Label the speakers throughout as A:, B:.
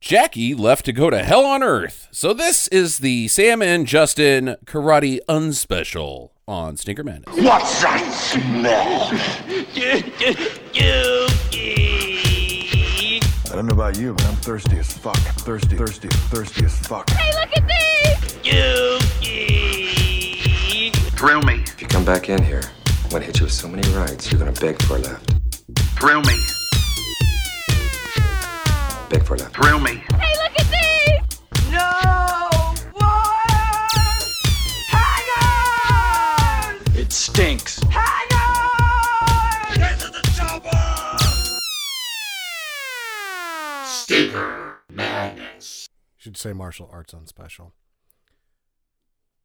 A: Jackie left to go to hell on earth. So this is the Sam and Justin Karate Unspecial on Stinker Madness.
B: What's that smell?
C: I don't know about you, but I'm thirsty as fuck. Thirsty, thirsty, thirsty as fuck.
B: Thrill me,
D: If you come back in here, I'm gonna hit you with so many rights, you're gonna beg for a left.
B: thrill me,
D: Beg for a left.
B: thrill me.
E: It stinks.
F: should say martial arts on special.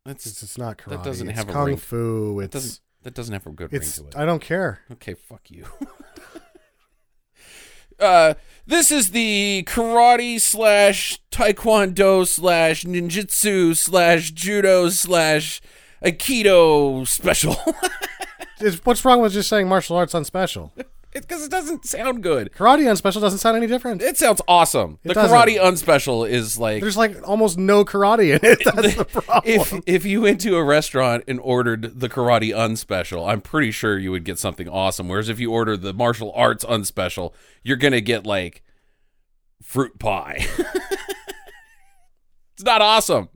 F: It's,
A: That's,
F: it's not karate.
A: That doesn't
F: it's
A: have a
F: kung
A: ring.
F: fu.
A: that doesn't
F: It's
A: that doesn't have a good ring
F: it's.
A: to it.
F: I don't care.
A: Okay, fuck you. uh, this is the karate slash taekwondo slash ninjutsu slash judo slash aikido special.
F: It's, what's wrong with just saying martial arts on special?
A: Because it doesn't sound good.
F: Karate on special doesn't sound any different.
A: It sounds awesome.
F: It
A: the
F: doesn't.
A: karate unspecial is like
F: There's like almost no karate in it. That's the problem.
A: if if you went to a restaurant and ordered the karate unspecial, I'm pretty sure you would get something awesome. Whereas if you order the martial arts unspecial, you're gonna get like fruit pie. it's not awesome.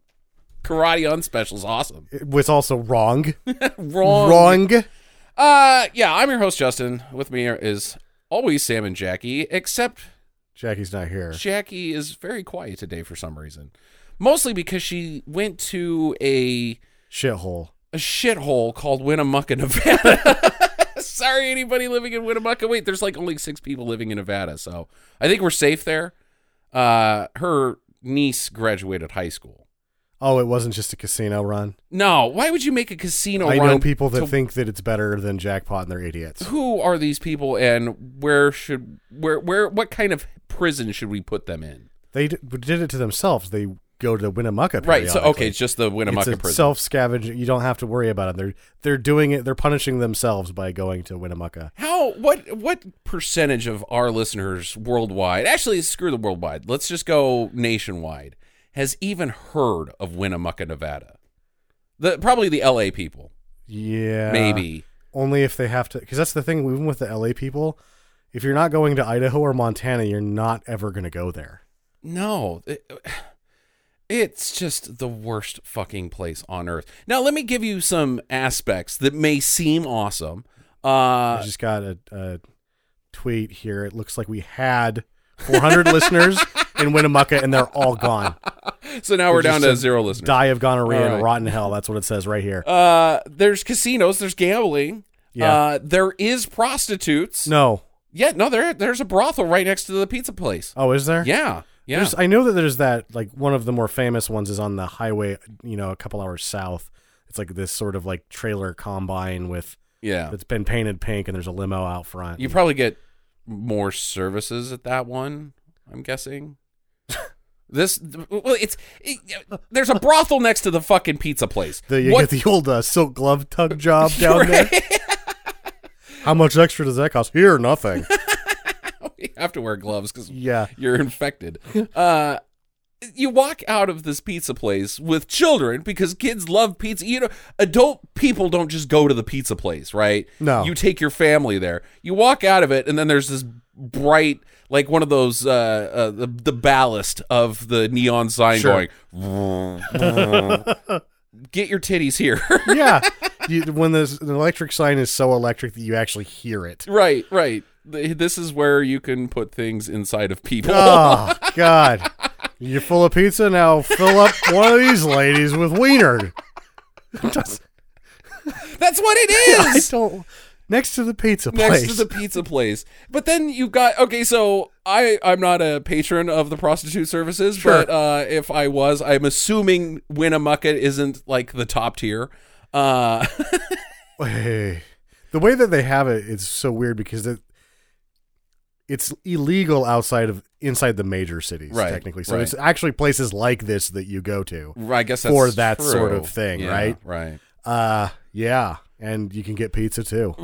A: Karate unspecial is awesome.
F: it was also wrong.
A: Wrong.
F: Wrong.
A: Uh, yeah. I'm your host Justin. With me is always Sam and Jackie, except
F: Jackie's not here.
A: Jackie is very quiet today for some reason. Mostly because she went to a
F: Shithole.
A: a shithole called Winnemucca, Nevada. Sorry, anybody living in Winnemucca. Wait, there's like only six people living in Nevada, so I think we're safe there. Uh, her niece graduated high school.
F: Oh, it wasn't just a casino run.
A: No, why would you make a casino?
F: I
A: run
F: know people that
A: to-
F: think that it's better than jackpot, and they're idiots.
A: Who are these people, and where should where where what kind of prison should we put them in?
F: They d- did it to themselves. They go to Winnemucca.
A: Right. So okay, it's
F: periodically.
A: just the Winnemucca
F: it's a
A: prison.
F: self scavenging. You don't have to worry about it. They're they're doing it. They're punishing themselves by going to Winnemucca.
A: How what what percentage of our listeners worldwide? Actually, screw the worldwide. Let's just go nationwide. Has even heard of Winnemucca, Nevada? The probably the LA people,
F: Yeah,
A: maybe.
F: only if they have to. Because that's the thing. Even with the LA people, if you're not going to Idaho or Montana, you're not ever going to go there.
A: No, it- it's just the worst fucking place on earth. Now, let me give you some aspects that may seem awesome.
F: I
A: Uh,
F: just got a, a tweet here. It looks like we had 400 listeners in Winnemucca, and they're all gone.
A: so now we're
F: They're
A: down
F: just
A: to zero listeners.
F: Die of gonorrhea
A: All right.
F: and rotten hell. That's what it says right here.
A: Uh, there's casinos. There's gambling.
F: Yeah.
A: Uh, there is prostitutes.
F: no.
A: Yeah, no, there there's a brothel right next to the pizza place.
F: Oh, is there?
A: Yeah. Yeah.
F: There's, I know that there's that like one of the more famous ones is on the highway, you know, a couple hours south. It's like this sort of like trailer combine with
A: yeah.
F: that's been painted pink, and there's a limo out front.
A: You probably get more services at that one, I'm guessing. this well it's it, there's a brothel next to the fucking pizza place.
F: the, you
A: What-
F: get the old uh, silk glove tug job down there. How much extra does that cost? Here, nothing.
A: you have to wear gloves cuz
F: yeah,
A: you're infected. Uh you walk out of this pizza place with children because kids love pizza. You know, adult people don't just go to the pizza place, right?
F: No.
A: You take your family there. You walk out of it and then there's this bright like one of those uh, uh the, the ballast of the neon sign
F: Sure.
A: going Get your titties here.
F: yeah. You, when this, the electric sign is so electric that you actually hear it.
A: right, right. Th- This is where you can put things inside of people.
F: Oh God! You're full of pizza now. Fill up one of these ladies with wiener.
A: That's what it
F: I
A: is.
F: don't. Next to the pizza place.
A: next to the pizza place. But then you got okay. So I I'm not a patron of the prostitute services,
F: Sure.
A: but uh, if I was, I'm assuming Winnemucca isn't like the top tier. Uh,
F: Hey, the way that they have it is so weird because it it's illegal outside of inside the major cities
A: Right,
F: technically. So
A: right.
F: it's actually places like this that you go to.
A: I guess that's
F: For that
A: true.
F: sort of thing,
A: Yeah,
F: right?
A: Right.
F: Uh yeah, and you can get pizza too.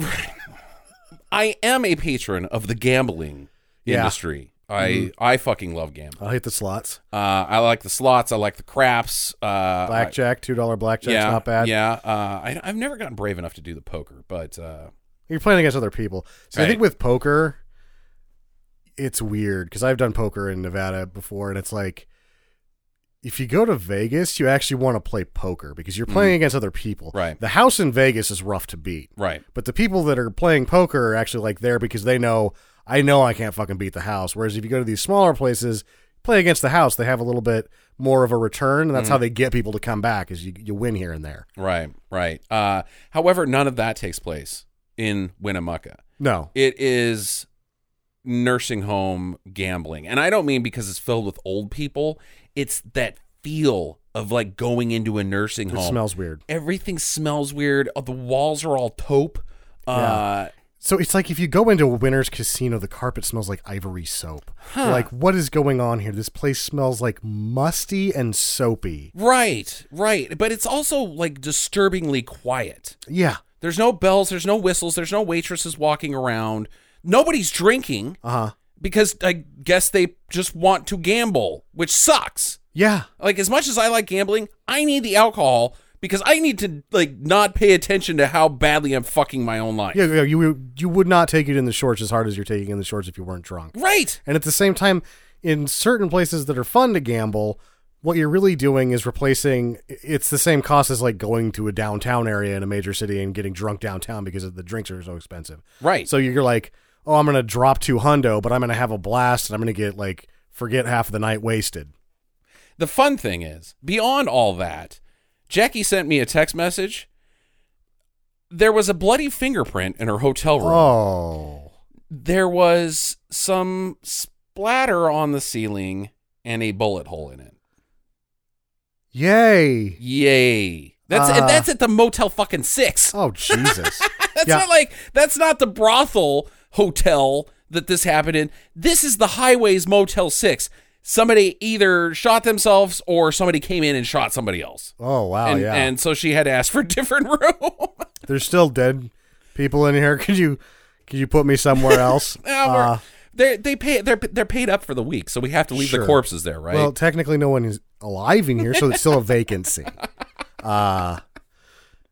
A: I am a patron of the gambling
F: Yeah. Mm-hmm.
A: industry. I I fucking love gambling.
F: I'll hit the slots.
A: Uh, I like the slots. I like the craps. Uh, I-
F: Blackjack, two dollar blackjack's
A: yeah,
F: not bad.
A: Yeah, uh, I, I've never gotten brave enough to do the poker, but uh,
F: You're playing against other people. So I think
A: Right.
F: with poker, it's weird because I've done poker in Nevada before, and it's like if you go to Vegas, you actually want to play poker because you're playing against other people.
A: Mm. Right.
F: The house in Vegas is rough to beat,
A: right,
F: but the people that are playing poker are actually like there because they know I know I can't fucking beat the house. Whereas if you go to these smaller places, play against the house, they have a little bit more of a return, and
A: Mm.
F: that's how they get people to come back is you you win here and there.
A: right, right. Uh, however, none of that takes place in Winnemucca.
F: No.
A: It is nursing home gambling. And I don't mean because it's filled with old people. It's that feel of like going into a nursing
F: It
A: home.
F: smells weird.
A: Everything smells weird. Uh, The walls are all taupe. Uh,
F: So it's like if you go into a winner's casino, the carpet smells like ivory soap. Like, what is going on here? This place smells like musty and soapy.
A: Right, right. But it's also like disturbingly quiet.
F: Yeah.
A: There's no bells, there's no whistles, there's no waitresses walking around. Nobody's drinking
F: Uh huh.
A: because I guess they just want to gamble, which sucks.
F: Yeah.
A: Like as much as I like gambling, I need the alcohol because I need to like not pay attention to how badly I'm fucking my own life.
F: Yeah. yeah, You, you would not take it in the shorts as hard as you're taking in the shorts if you weren't drunk.
A: Right.
F: And at the same time, in certain places that are fun to gamble, what you're really doing is replacing it's the same cost as like going to a downtown area in a major city and getting drunk downtown because of the drinks are so expensive.
A: Right.
F: So you're like, oh, I'm gonna drop two hundo, but I'm gonna have a blast and I'm gonna get like forget half of the night wasted.
A: The fun thing is, beyond all that, Jackie sent me a text message. There was a bloody fingerprint in her hotel room.
F: Oh,
A: There was some splatter on the ceiling and a bullet hole in it.
F: yay!
A: Yay. That's
F: Uh.
A: and that's at the Motel fucking 6.
F: Oh Jesus!
A: That's
F: Yeah.
A: not like that's not the brothel hotel that this happened in. This is the highways Motel Six. Somebody either shot themselves or somebody came in and shot somebody else.
F: Oh wow!
A: and,
F: yeah,
A: and so she had to ask for a different room.
F: there's still dead people in here. Could you could you put me somewhere else?
A: Now we're-
F: Uh,
A: they're, they pay they're they're paid up for the week, so we have to leave
F: Sure.
A: the corpses there, right?
F: Well, technically, no one is alive in here, so it's still a vacancy. Uh,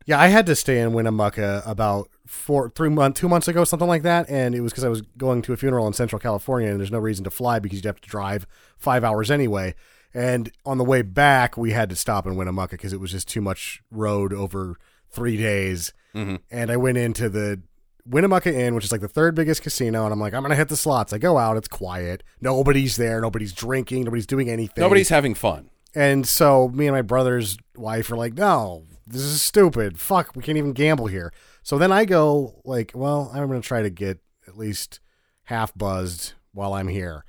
F: yeah, I had to stay in Winnemucca about four, three month, two months ago, something like that, and it was because I was going to a funeral in Central California, and there's no reason to fly because you'd have to drive five hours anyway. And on the way back, we had to stop in Winnemucca because it was just too much road over three days. And I went into the Winnemucca Inn, which is like the third biggest casino, and I'm like, I'm gonna hit the slots. I go out, it's quiet, nobody's there, nobody's drinking, nobody's doing anything.
A: Nobody's having fun.
F: And so me and my brother's wife are like, no, this is stupid. Fuck, we can't even gamble here. So then I go like, well, I'm gonna try to get at least half buzzed while I'm here.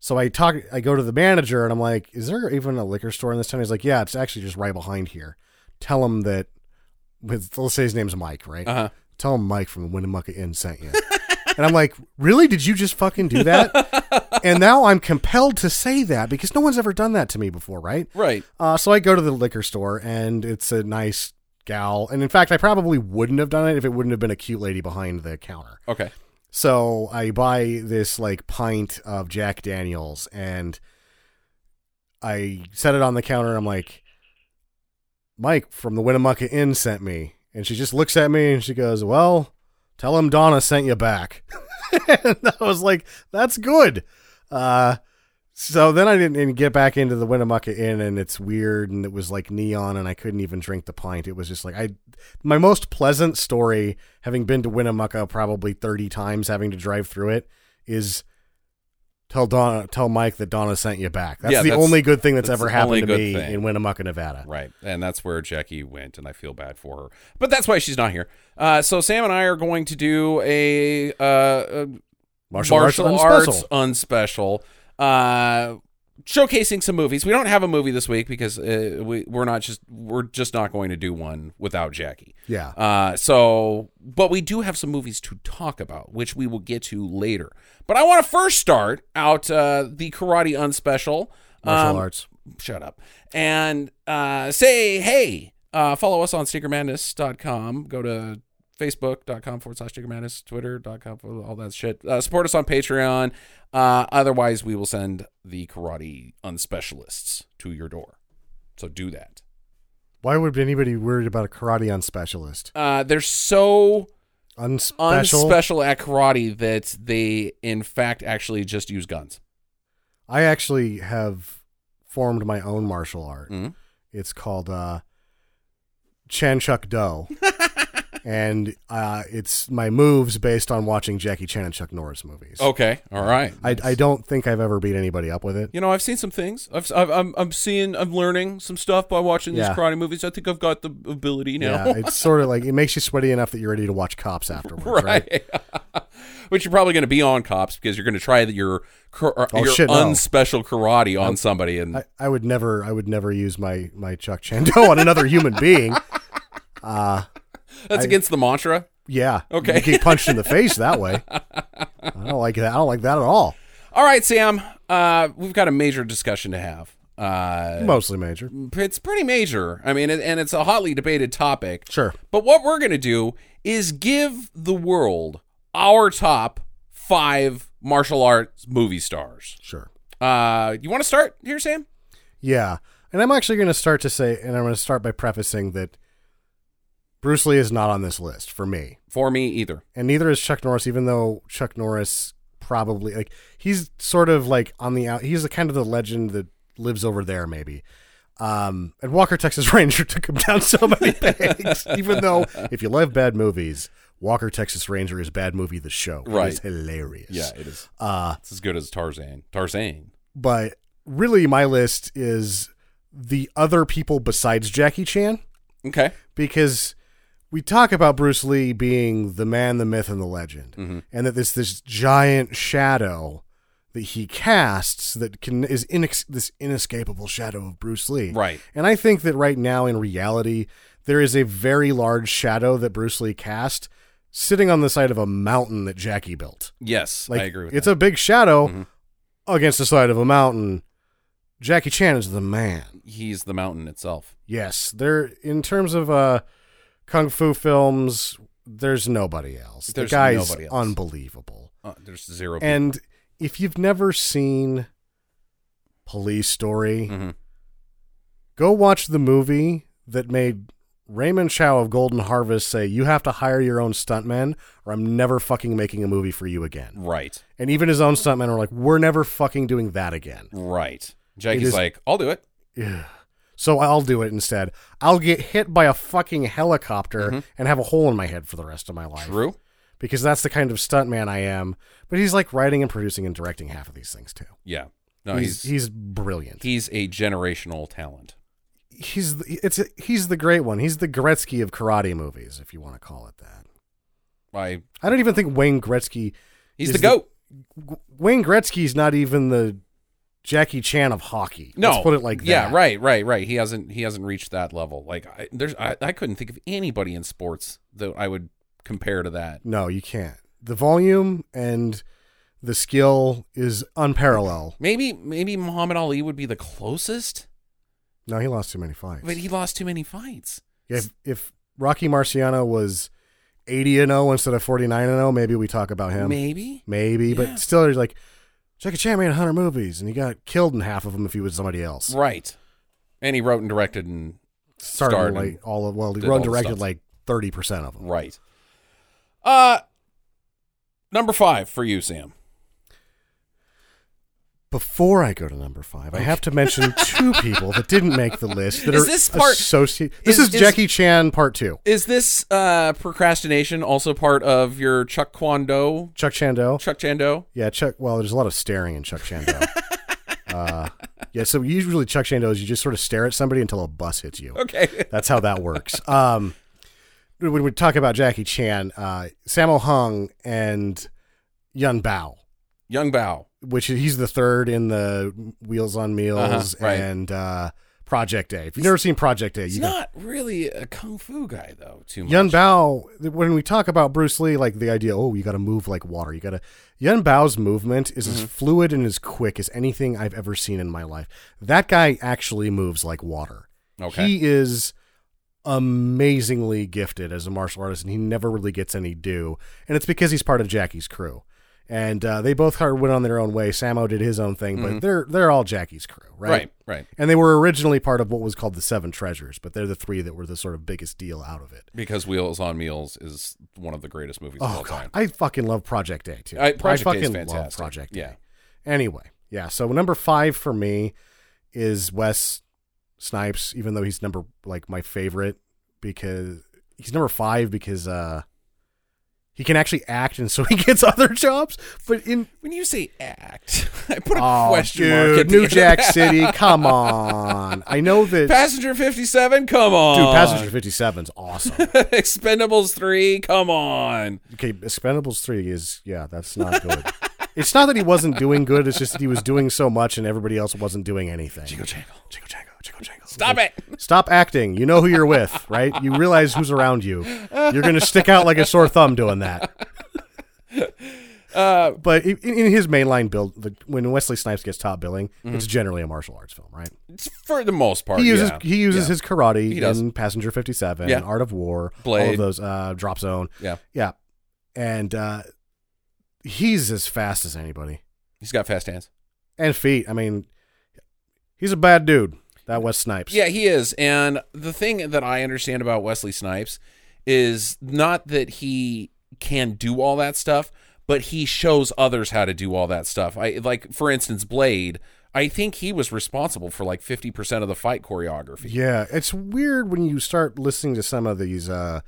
F: So I talk, I go to the manager and I'm like, is there even a liquor store in this town? He's like, yeah, it's actually just right behind here. Tell him that. With, let's say his name's Mike, right?
A: Uh-huh.
F: Tell him Mike from the Winnemucca Inn sent you. and I'm like, really? Did you just fucking do that? and now I'm compelled to say that because no one's ever done that to me before, right?
A: Right.
F: Uh, so I go to the liquor store, and it's a nice gal. And in fact, I probably wouldn't have done it if it wouldn't have been a cute lady behind the counter.
A: Okay.
F: So I buy this like pint of Jack Daniels, and I set it on the counter. And I'm like, Mike from the Winnemucca Inn sent me, and she just looks at me and she goes, "Well, tell him Donna sent you back." and I was like, "That's good." Uh, so then I didn't even get back into the Winnemucca Inn, and it's weird, and it was like neon, and I couldn't even drink the pint. It was just like I, my most pleasant story, having been to Winnemucca probably thirty times, having to drive through it, is tell Donna, tell Mike that Donna sent you back. That's
A: Yeah,
F: the
A: that's-
F: only good thing that's,
A: that's
F: ever
A: the only
F: happened to
A: good
F: me
A: thing.
F: in Winnemucca, Nevada.
A: Right. And that's where Jackie went, and I feel bad for her. But that's why she's not here. Uh, so Sam and I are going to do a, uh, a
F: Martial, arts,
A: arts
F: unspecial.
A: unspecial, uh, showcasing some movies. We don't have a movie this week because uh, we, we're not just we're just not going to do one without Jackie.
F: Yeah.
A: Uh, so, but we do have some movies to talk about, which we will get to later. But I want to first start out uh, the Karate Unspecial.
F: Martial
A: Um,
F: arts.
A: shut up and uh, say hey uh, follow us on stickermadness.com go to facebook.com forward slash Jacob Mattis, twitter.com, forward- all that shit. Uh, support us on Patreon. Uh, otherwise, we will send the karate unspecialists to your door. So do that.
F: Why would anybody be worried about a karate unspecialist?
A: Uh, they're so
F: Unspecial.
A: unspecial at karate that they, in fact, actually just use guns.
F: I actually have formed my own martial art.
A: Mhm.
F: It's called uh, Chan Chuck Do. and uh, it's my moves based on watching Jackie Chan and Chuck Norris movies.
A: Okay. All right.
F: I, I don't think I've ever beat anybody up with it.
A: You know, I've seen some things. I've, I've I'm I'm seeing I'm learning some stuff by watching
F: Yeah.
A: these karate movies. I think I've got the ability now.
F: Yeah, it's sort of like it makes you sweaty enough that you're ready to watch cops afterwards, right?
A: right. Which you're probably going to be on cops because you're going to try that your kar- uh,
F: Oh,
A: your
F: shit, no.
A: unspecial karate on somebody and
F: I, I would never I would never use my my Chuck Chan Do on another human being.
A: that's against the mantra.
F: Yeah.
A: Okay.
F: You get punched in the face that way. I don't like that. I don't like that at all.
A: All right, Sam. Uh, we've got a major discussion to have. Uh,
F: Mostly major.
A: it's pretty major. I mean, and- and it's a hotly debated topic.
F: Sure.
A: But what we're going to do is give the world our top five martial arts movie stars.
F: Sure.
A: Uh, you want to start here, Sam?
F: Yeah. And I'm actually going to start to say, and I'm going to start by prefacing that Bruce Lee is not on this list for me.
A: For me, either.
F: And neither is Chuck Norris, even though Chuck Norris probably, like, he's sort of like on the out. He's the kind of the legend that lives over there, maybe. Um, and Walker, Texas Ranger took him down so many pegs, even though if you love bad movies, Walker, Texas Ranger is bad movie, the show.
A: Right.
F: It's hilarious.
A: it is.
F: Uh,
A: It's as good as Tarzan. Tarzan.
F: but really my list is the other people besides Jackie Chan
A: Okay.
F: because we talk about Bruce Lee being the man, the myth, and the legend,
A: Mm-hmm.
F: and that there's this giant shadow that he casts that can is inex- this inescapable shadow of Bruce Lee.
A: Right.
F: And I think that right now in reality there is a very large shadow that Bruce Lee cast sitting on the side of a mountain that Jackie built.
A: Yes,
F: Like
A: I agree with
F: it's
A: that. Mm-hmm.
F: a big shadow against the side of a mountain. Jackie Chan is the man.
A: He's the mountain itself.
F: Yes, there. In terms of uh, kung fu films, there's nobody else.
A: There's
F: the guy's
A: nobody else.
F: unbelievable.
A: Uh, there's zero. people.
F: And if you've never seen Police Story,
A: Mhm.
F: go watch the movie that made Raymond Chow of Golden Harvest say, "You have to hire your own stuntmen, or I'm never fucking making a movie for you again."
A: right,
F: And even his own stuntmen are like, we're never fucking doing that again.
A: right. Jackie's
F: is-
A: like, I'll do it.
F: Ugh. So I'll do it instead. I'll get hit by a fucking helicopter and have a hole in my head for the rest of my life.
A: Mm-hmm. True.
F: Because that's the kind of stuntman I am. But he's like writing and producing and directing half of these things too.
A: Yeah. No, he's
F: he's,
A: he's,
F: he's brilliant.
A: a generational talent.
F: he's the, it's a, he's the great one. He's the Gretzky of karate movies, if you want to call it that.
A: I
F: I don't even think Wayne Gretzky.
A: he's
F: is
A: the goat.
F: Wayne Gretzky's not even the Jackie Chan of hockey.
A: No,
F: Let's put it like
A: yeah,
F: that.
A: right, right, right. He hasn't he hasn't reached that level. Like I, there's I, I couldn't think of anybody in sports that I would compare to that.
F: No, you can't. The volume and the skill is unparalleled.
A: Maybe maybe Muhammad Ali would be the closest,
F: No, he lost too many fights.
A: but he lost too many fights.
F: if, if Rocky Marciano was 80 and 0 instead of 49 and 0, maybe we talk about him.
A: Maybe
F: Maybe,
A: Yeah.
F: but still, he's like, Jackie Chan made 100 movies and he got killed in half of them if he was somebody else.
A: right. And he wrote and directed and
F: Started
A: Starred
F: like
A: and
F: all of, well, he
A: did
F: wrote
A: all
F: and
A: the
F: directed
A: stuff.
F: like 30% of them.
A: Right. Uh number five for you, Sam.
F: Before I go to number five, I have to mention two people that didn't make the list that
A: Is
F: are
A: this part-
F: associ- This
A: is-
F: is,
A: is-
F: Jackie Chan part two.
A: Is this uh procrastination also part of your Chuck Kwando?
F: Chuck Chando.
A: Chuck Chando?
F: Yeah, Chuck. Well, there's a lot of staring in Chuck Shando. uh, yeah, so usually Chuck Shando is you just sort of stare at somebody until a bus hits you.
A: Okay.
F: That's how that works. Um, when we talk about Jackie Chan, uh, Sammo Hung and Yun Bao,
A: Young Bao.
F: which is, he's the third in the Wheels on Meals
A: Uh-huh, right.
F: and uh, Project Day. If you've never seen Project Day,
A: He's
F: you got
A: not really a kung fu guy though, too much.
F: Yun Bao, th- when we talk about Bruce Lee, like the idea, oh, you got to move like water. You got to. Yun Bao's movement is
A: Mm-hmm.
F: as fluid and as quick as anything I've ever seen in my life. That guy actually moves like water.
A: Okay.
F: He is amazingly gifted as a martial artist, and he never really gets any due. And it's because he's part of Jackie's crew. And uh, they both kind of went on their own way. Samo did his own thing, but they're they're all Jackie's crew, right?
A: Mm-hmm. Right, right.
F: And they were originally part of what was called the Seven Treasures, but they're the three that were the sort of biggest deal out of it.
A: Because Wheels on Meals is one of the greatest movies of
F: Oh
A: all
F: god,
A: time.
F: I fucking love Project A too.
A: I- Project A is
F: fucking love
A: fantastic.
F: Project
A: Yeah.
F: A. Anyway, yeah. So number five for me is Wes Snipes, even though he's number like my favorite because he's number five because uh he can actually act and so he gets other jobs. But in
A: When you say act, I put a
F: oh,
A: question mark.
F: dude,
A: At the
F: New
A: end of
F: Jack
A: that.
F: City, come on. I know that
A: Passenger 57, come on.
F: dude, Passenger Fifty Seven's awesome.
A: Expendables 3, come on.
F: Okay, Expendables three is yeah, that's not good. it's not that he wasn't doing good; it's just that he was doing so much and everybody else wasn't doing anything. Jingle jangle, jingle jangle, jingle jangle.
A: Stop it.
F: Stop acting. You know who you're with, right? You realize who's around you. You're gonna stick out like a sore thumb doing that.
A: Uh,
F: but in, in his mainline build, the, when Wesley Snipes gets top billing,
A: Mm-hmm.
F: it's generally a martial arts film, right?
A: It's for the most part.
F: He uses
A: yeah.
F: he uses
A: Yeah.
F: his karate
A: He does.
F: in Passenger Fifty Seven,
A: Yeah.
F: Art of War, all
A: Blade.
F: of those, uh, Drop Zone,
A: Yeah.
F: yeah, and uh, he's as fast as anybody
A: He's got fast hands.
F: and feet. I mean, he's a bad dude. That Wes Snipes.
A: Yeah, he is. And the thing that I understand about Wesley Snipes is not that he can do all that stuff, but he shows others how to do all that stuff. I like for instance Blade, I think he was responsible for like 50% of the fight choreography.
F: yeah. It's weird when you start listening to some of these uh,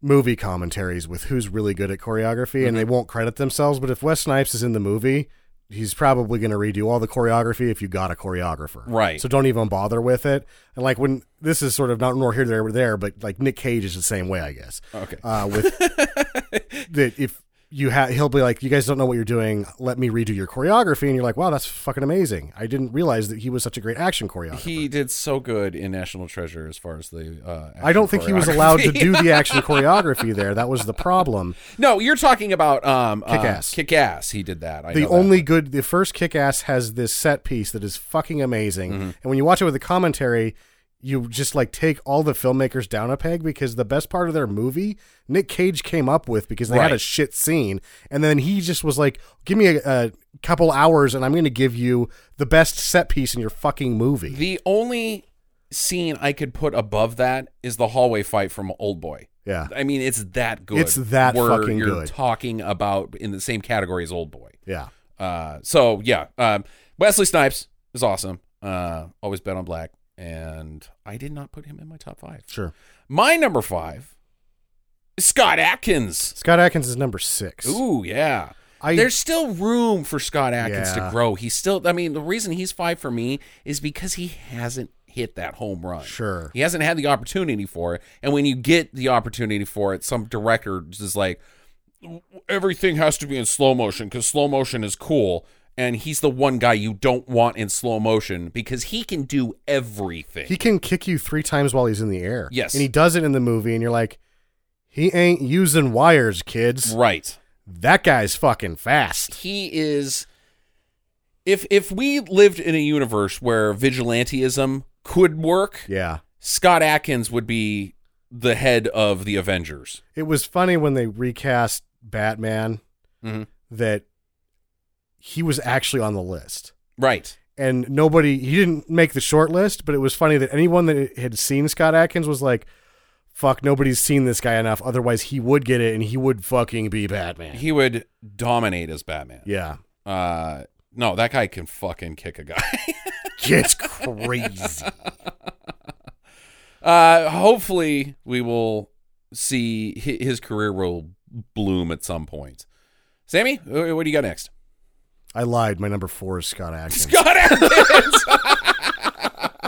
F: movie commentaries with who's really good at choreography,
A: Mm-hmm.
F: and they won't credit themselves. But if Wes Snipes is in the movie. He's probably going to redo all the choreography if you got a choreographer.
A: Right.
F: So don't even bother with it. And like when this is sort of not nor here there there, but like Nick Cage is the same way, I guess.
A: Okay.
F: uh, with that if you have he'll be like you guys don't know what you're doing let me redo your choreography and you're like wow that's fucking amazing i didn't realize that he was such a great action choreographer
A: He did so good in National Treasure as far as the uh
F: i don't think he was
A: choreography.
F: allowed to do the action choreography there that was the problem
A: No, you're talking about um uh,
F: Kick-Ass.
A: Kick-Ass. He did that. I
F: the
A: know that.
F: only good the first kick-ass has this set piece that is fucking amazing
A: Mm-hmm.
F: and when you watch it with the commentary you just like take all the filmmakers down a peg because the best part of their movie nick cage came up with because they had a
A: Right.
F: shit scene and then he just was like give me a, a couple hours and i'm going to give you the best set piece in your fucking movie
A: The only scene I could put above that is the hallway fight from Old Boy.
F: yeah
A: I mean, it's that good.
F: It's that
A: where
F: fucking
A: you're
F: good.
A: talking about in the same category as Old Boy.
F: yeah
A: Uh, so yeah, um, Wesley Snipes is awesome. Uh, always bet on black, and I did not put him in my top five.
F: sure
A: My number five, is Scott Atkins.
F: scott atkins is number six
A: Ooh, yeah.
F: I-
A: There's still room for Scott Atkins
F: Yeah.
A: to grow. He's still, I mean, the reason he's five for me is because he hasn't hit that home run.
F: Sure.
A: He hasn't had the opportunity for it. And when you get the opportunity for it, some director is like, everything has to be in slow motion because slow motion is cool. And he's the one guy you don't want in slow motion because he can do everything.
F: He can kick you three times while he's in the air.
A: Yes.
F: And he does it in the movie, and you're like, he ain't using wires, kids.
A: right.
F: That guy's fucking fast.
A: he is if if we lived in a universe where vigilanteism could work
F: Yeah.
A: scott atkins would be the head of the avengers
F: It was funny when they recast Batman
A: Mhm.
F: that he was actually on the list.
A: right
F: And nobody, he didn't make the short list, but it was funny that anyone that had seen Scott Atkins was like, fuck, nobody's seen this guy enough. Otherwise, he would get it and he would fucking be Batman.
A: he would dominate as batman
F: Yeah.
A: uh no that guy can fucking kick a guy
F: It's crazy.
A: uh hopefully we will see hi- his career will bloom at some point sammy wh- what do you got next
F: I lied. My number four is Scott Atkins.
A: Scott Atkins.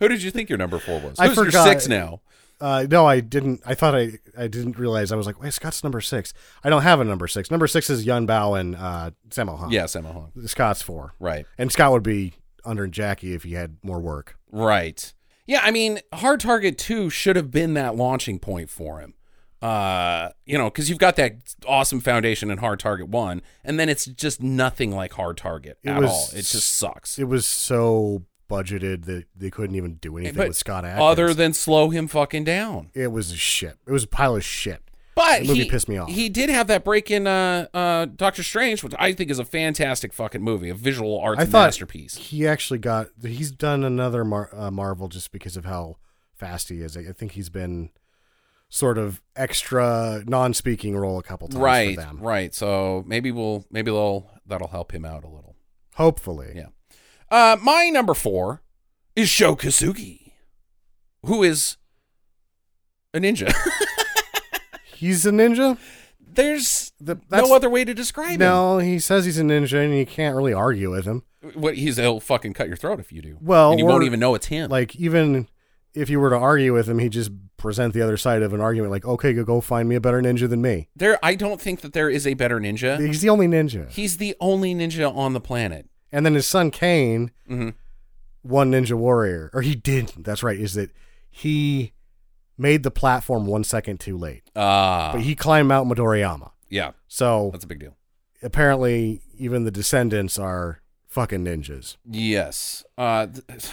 A: Who did you think your number four was?
F: I
A: Who's
F: forgot.
A: your six now?
F: Uh, no, I didn't. I thought I, I didn't realize. I was like, wait, Scott's number six. I don't have a number six. Number six is Yun Bao and uh, Sammo Han.
A: Yes, Emma Hong.
F: Scott's four.
A: Right.
F: And Scott would be under Jackie if he had more work.
A: Right. Yeah, I mean, Hard Target 2 should have been that launching point for him. Uh, you know, because you've got that awesome foundation in Hard Target 1, and then it's just nothing like Hard Target
F: It
A: at
F: was-
A: all. It just sucks.
F: It was so budgeted that they couldn't even do anything
A: But
F: with Scott Adkins.
A: other than slow him fucking down.
F: it was a shit. It was a pile of shit.
A: But
F: The movie
A: he,
F: pissed me off.
A: He did have that break in uh, uh, Doctor Strange, which I think is a fantastic fucking movie, a visual arts
F: I thought
A: masterpiece.
F: he actually got. He's done another Mar- uh, Marvel just because of how fast he is. I, I think he's been sort of extra non-speaking role a couple times
A: Right,
F: for them.
A: right. So maybe we'll maybe they'll that'll help him out a little.
F: Hopefully,
A: Yeah. Uh, my number four is Shokazuki, who is a ninja.
F: he's a ninja.
A: There's
F: The- that's-
A: no other way to describe
F: No, he says he's a ninja, and you can't really argue with him.
A: him. What he's he'll fucking cut your throat if you do.
F: Well,
A: and you
F: or-
A: won't even know it's him.
F: Like even if you were to argue with him, he'd just present the other side of an argument. Like, okay, go go find me a better ninja than me.
A: there, I don't think that there is a better ninja.
F: He's the only ninja.
A: He's the only ninja on the planet.
F: and then his son Kane,
A: Mhm.
F: one ninja warrior, or he didn't. That's right. Is that he made the platform one second too late,
A: Ah,
F: but he climbed Mount Midoriyama.
A: yeah,
F: So
A: that's a big deal.
F: apparently, even the descendants are fucking ninjas.
A: Yes. Uh, th-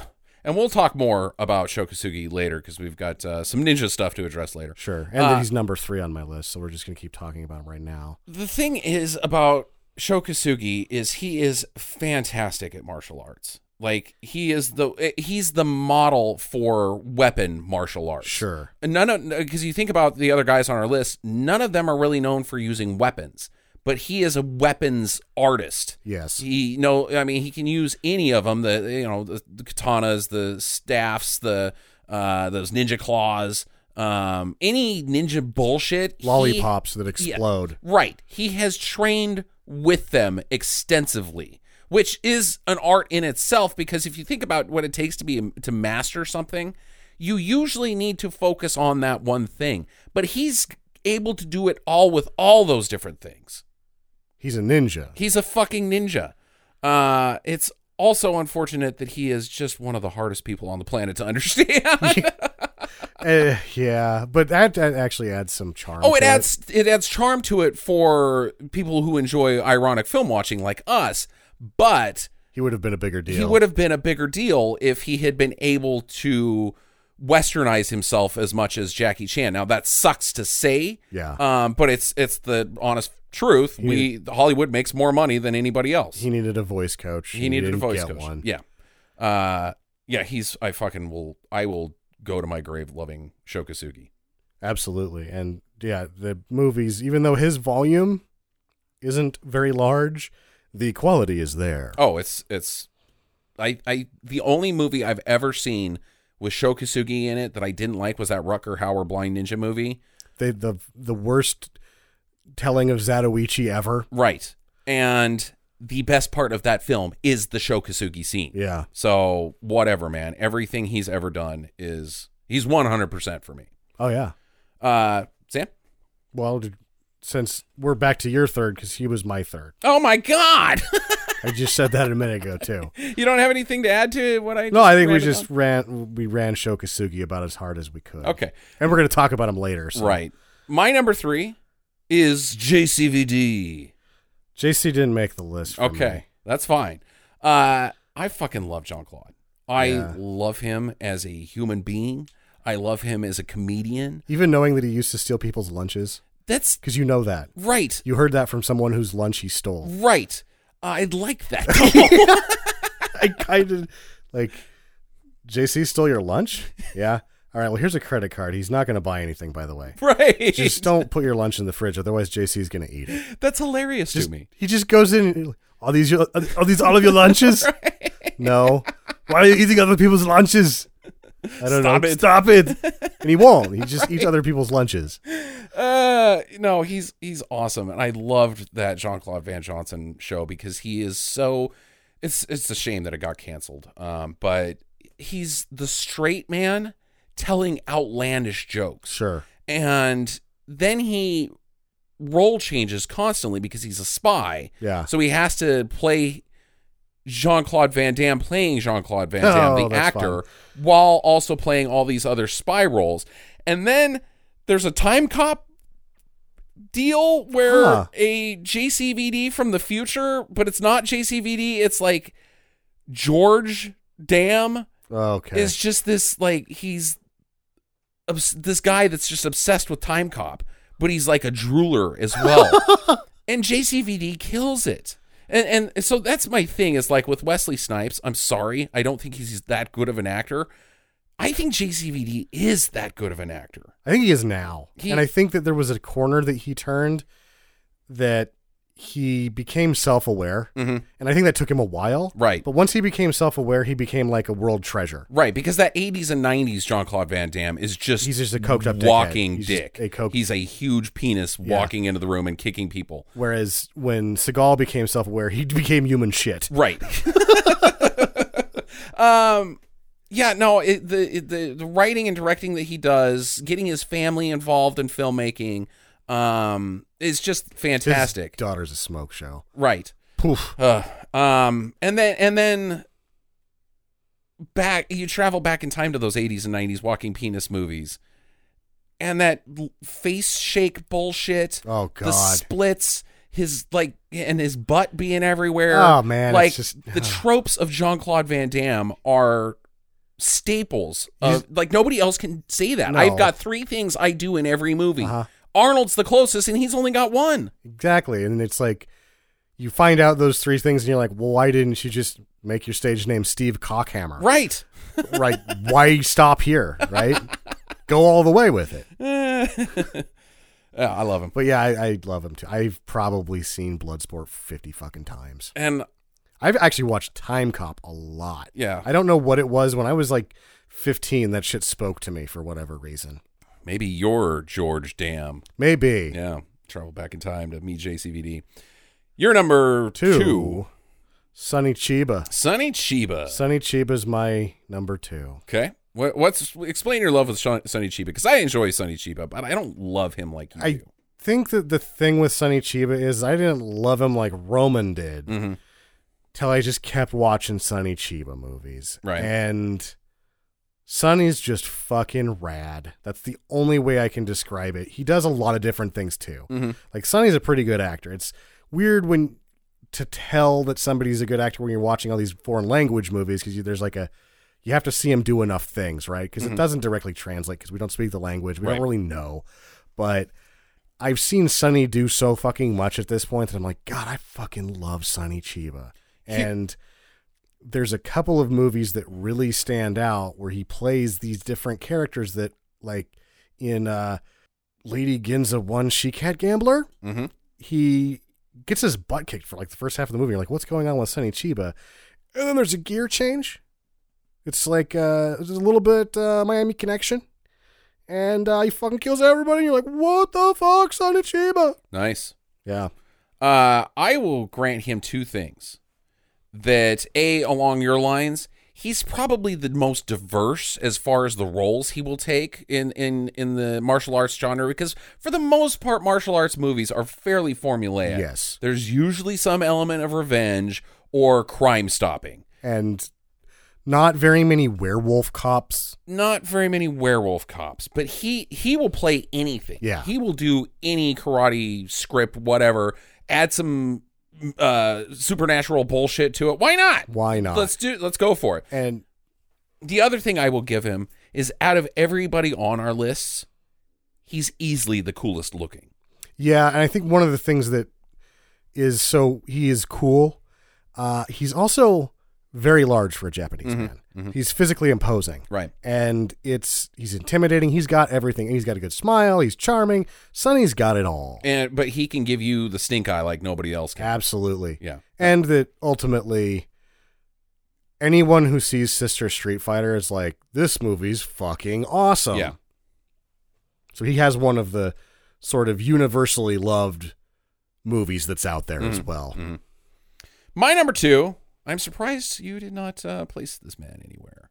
A: and we'll talk more about Shokasugi later because we've got uh, some ninja stuff to address later.
F: Sure, and
A: Uh,
F: he's number three on my list, so we're just gonna keep talking about him right now.
A: The thing is about Shokasugi is he is fantastic at martial arts. Like he is the eh, he's the model for weapon martial arts.
F: Sure,
A: None of because you think about the other guys on our list, none of them are really known for using weapons, but he is a weapons artist.
F: yes,
A: He no, I mean he can use any of them. The you know the, the katanas, the staffs, the uh those ninja claws, um any ninja bullshit. he-
F: lollipops that explode.
A: right, he has trained with them extensively, which is an art in itself. Because if you think about what it takes to be to master something, you usually need to focus on that one thing. But he's able to do it all with all those different things.
F: He's a ninja.
A: He's a fucking ninja. Uh, it's also unfortunate that he is just one of the hardest people on the planet to understand.
F: Eh, yeah, but that, that actually adds some charm.
A: oh, it
F: to
A: adds it adds charm to it for people who enjoy ironic film watching like us. But
F: He would have been a bigger deal.
A: he would have been a bigger deal if he had been able to westernize himself as much as Jackie Chan. Now that sucks to say.
F: Yeah.
A: Um, but it's it's the honest truth. we Hollywood makes more money than anybody else.
F: He needed a voice coach.
A: he needed a
F: didn't
A: voice
F: get
A: coach.
F: One.
A: Yeah. Uh yeah, he's I fucking will I will go to my grave loving Shokasugi.
F: Absolutely. And yeah, the movies, even though his volume isn't very large, the quality is there.
A: Oh, it's it's I I the only movie I've ever seen with Shokasugi in it that I didn't like was that Rucker Hauer Blind Ninja movie.
F: They, the the worst telling of Zatoichi ever.
A: Right. And the best part of that film is the Shokasugi scene.
F: Yeah.
A: So, whatever, man. Everything he's ever done is he's 100% for me.
F: Oh yeah.
A: Uh Sam?
F: Well, d- since we're back to your third cuz he was my third.
A: Oh my god.
F: I just said that a minute ago too.
A: you don't have anything to add to what I
F: No, I think we
A: ranted
F: just ran we ran Shokasugi about as hard as we could.
A: on? Okay.
F: And we're going to talk about him later. So.
A: Right. My number three is JCVD.
F: JC didn't make the list. for me.
A: Okay. That's fine. Uh, I fucking love Jean Claude. I
F: Yeah.
A: love him as a human being. I love him as a comedian.
F: Even knowing that he used to steal people's lunches,
A: That's
F: because you know that.
A: right.
F: You heard that from someone whose lunch he stole.
A: Right. I like that.
F: I kind of like, JC stole your lunch? Yeah. All right. Well, here's a credit card. He's not going to buy anything, by the way.
A: right.
F: Just don't put your lunch in the fridge, otherwise JC's going to eat it.
A: That's hilarious
F: Just,
A: to me.
F: He just goes in. and- Are these your, are these all of your lunches? No. Why are you eating other people's lunches? I don't
A: Stop
F: know.
A: it.
F: Stop it. And he won't. He just eats other people's lunches.
A: Uh, no, he's he's awesome, and I loved that Jean Claude Van Johnson show because he is so. It's it's a shame that it got canceled. Um, but he's the straight man telling outlandish jokes,
F: Sure.
A: and then he role changes constantly because he's a spy.
F: Yeah.
A: So he has to play Jean Claude Van Damme playing Jean Claude Van Damme,
F: Oh,
A: the
F: that's
A: actor, while also playing all these other spy roles. And then there's a time cop deal where
F: Huh.
A: a JCVD from the future, but it's not JCVD, it's like George Dam
F: Okay.
A: is just this like he's obs- this guy that's just obsessed with Time Cop, but he's like a drooler as well. and JCVD kills it. And and so that's my thing is like with Wesley Snipes, I'm sorry, I don't think he's that good of an actor. I think JCVD is that good of an actor.
F: I think he is now.
A: He-
F: and I think that there was a corner that he turned that he became self aware.
A: Mhm.
F: And I think that took him a while.
A: Right.
F: But once he became self aware, he became like a world treasure.
A: Right, because that 80s and 90s Jean Claude Van Damme is just
F: He's just a coked up dickhead.
A: walking
F: He's just
A: dick.
F: a coke-
A: He's a huge penis
F: Yeah.
A: walking into the room and kicking people.
F: Whereas when Seagal became self aware, he became human shit.
A: Right. um yeah, no, it, the, it, the the writing and directing that he does, getting his family involved in filmmaking, um is just
F: His
A: fantastic.
F: daughter's a smoke show.
A: Right.
F: Poof.
A: Ugh. um and then and then back you travel back in time to those 80s and 90s walking penis movies. And that l- face shake bullshit
F: Oh,
A: the
F: God.
A: splits his like and his butt being everywhere
F: Oh, man, it's
A: like
F: just-
A: the tropes of jean-claude van damme are staples of like nobody else can say that
F: No.
A: i've got three things i do in every movie
F: Uh-huh.
A: arnold's the closest and he's only got one
F: Exactly. And it's like you find out those three things and you're like, well, why didn't you just make your stage name Steve Cockhammer?
A: right
F: right? Why stop here, right? Go all the way with it.
A: Yeah, i love him
F: But yeah, I, I love him too. I've probably seen Bloodsport 50 fucking times.
A: and
F: I've actually watched Time Cop a lot.
A: Yeah.
F: I don't know what it was when I was like 15 that shit spoke to me for whatever reason.
A: maybe you're george damme
F: Maybe.
A: yeah travel back in time to meet jcvd you're number
F: Two.
A: two,
F: Sonny Chiba.
A: sonny chiba
F: Sonny Chiba's my number 2.
A: Okay. What, what's explain your love with Sean, Sonny Chiba? Because I enjoy Sonny Chiba, but I don't love him like you
F: I
A: do.
F: think that the thing with Sonny Chiba is I didn't love him like Roman did
A: Mhm.
F: till I just kept watching Sonny Chiba movies.
A: Right.
F: And Sonny's just fucking rad. That's the only way I can describe it. He does a lot of different things too.
A: Mm-hmm.
F: Like Sonny's a pretty good actor. It's weird when to tell that somebody's a good actor when you're watching all these foreign language movies because there's like a you have to see him do enough things, right? Because it doesn't directly translate because we don't speak the language. We
A: Mm-hmm. Right.
F: don't really know. But I've seen Sonny do so fucking much at this point that I'm like, God, I fucking love Sonny Chiba. And there's a couple of movies that really stand out where he plays these different characters that, like, in uh, Lady Ginza 1 She Cat Gambler,
A: Mhm.
F: he gets his butt kicked for like the first half of the movie. You're like, what's going on with Sonny Chiba? And then there's a gear change. It's like uh, it's a little bit uh, Miami Connection, and uh, he fucking kills everybody. And you're like, what the fuck, Sonny Chiba?
A: Nice.
F: Yeah,
A: Uh, I will grant him two things. That a along your lines, he's probably the most diverse as far as the roles he will take in in in the martial arts genre. Because for the most part, martial arts movies are fairly formulaic.
F: Yes.
A: there's usually some element of revenge or crime stopping.
F: and not very many werewolf cops.
A: not very many werewolf cops, but he he will play anything.
F: Yeah.
A: he will do any karate script, whatever. Add some uh, supernatural bullshit to it. Why not?
F: Why not?
A: Let's do. Let's go for it.
F: and
A: The other thing I will give him is out of everybody on our lists, he's easily the coolest looking.
F: yeah, and I think one of the things that is so he is cool. Uh, he's also very large for a Japanese man. He's physically imposing.
A: Mm-hmm, Right.
F: and it's he's intimidating. He's got everything. He's got a good smile. He's charming. Sonny's got it all.
A: And but he can give you the stink eye like nobody else can.
F: Absolutely.
A: Yeah.
F: And that ultimately, anyone who sees Sister Street Fighter is like, this movie's fucking awesome.
A: Yeah.
F: So he has one of the sort of universally loved movies that's out there
A: Mm.
F: as well.
A: Mm-hmm. My number two. I'm surprised you did not uh, place this man anywhere.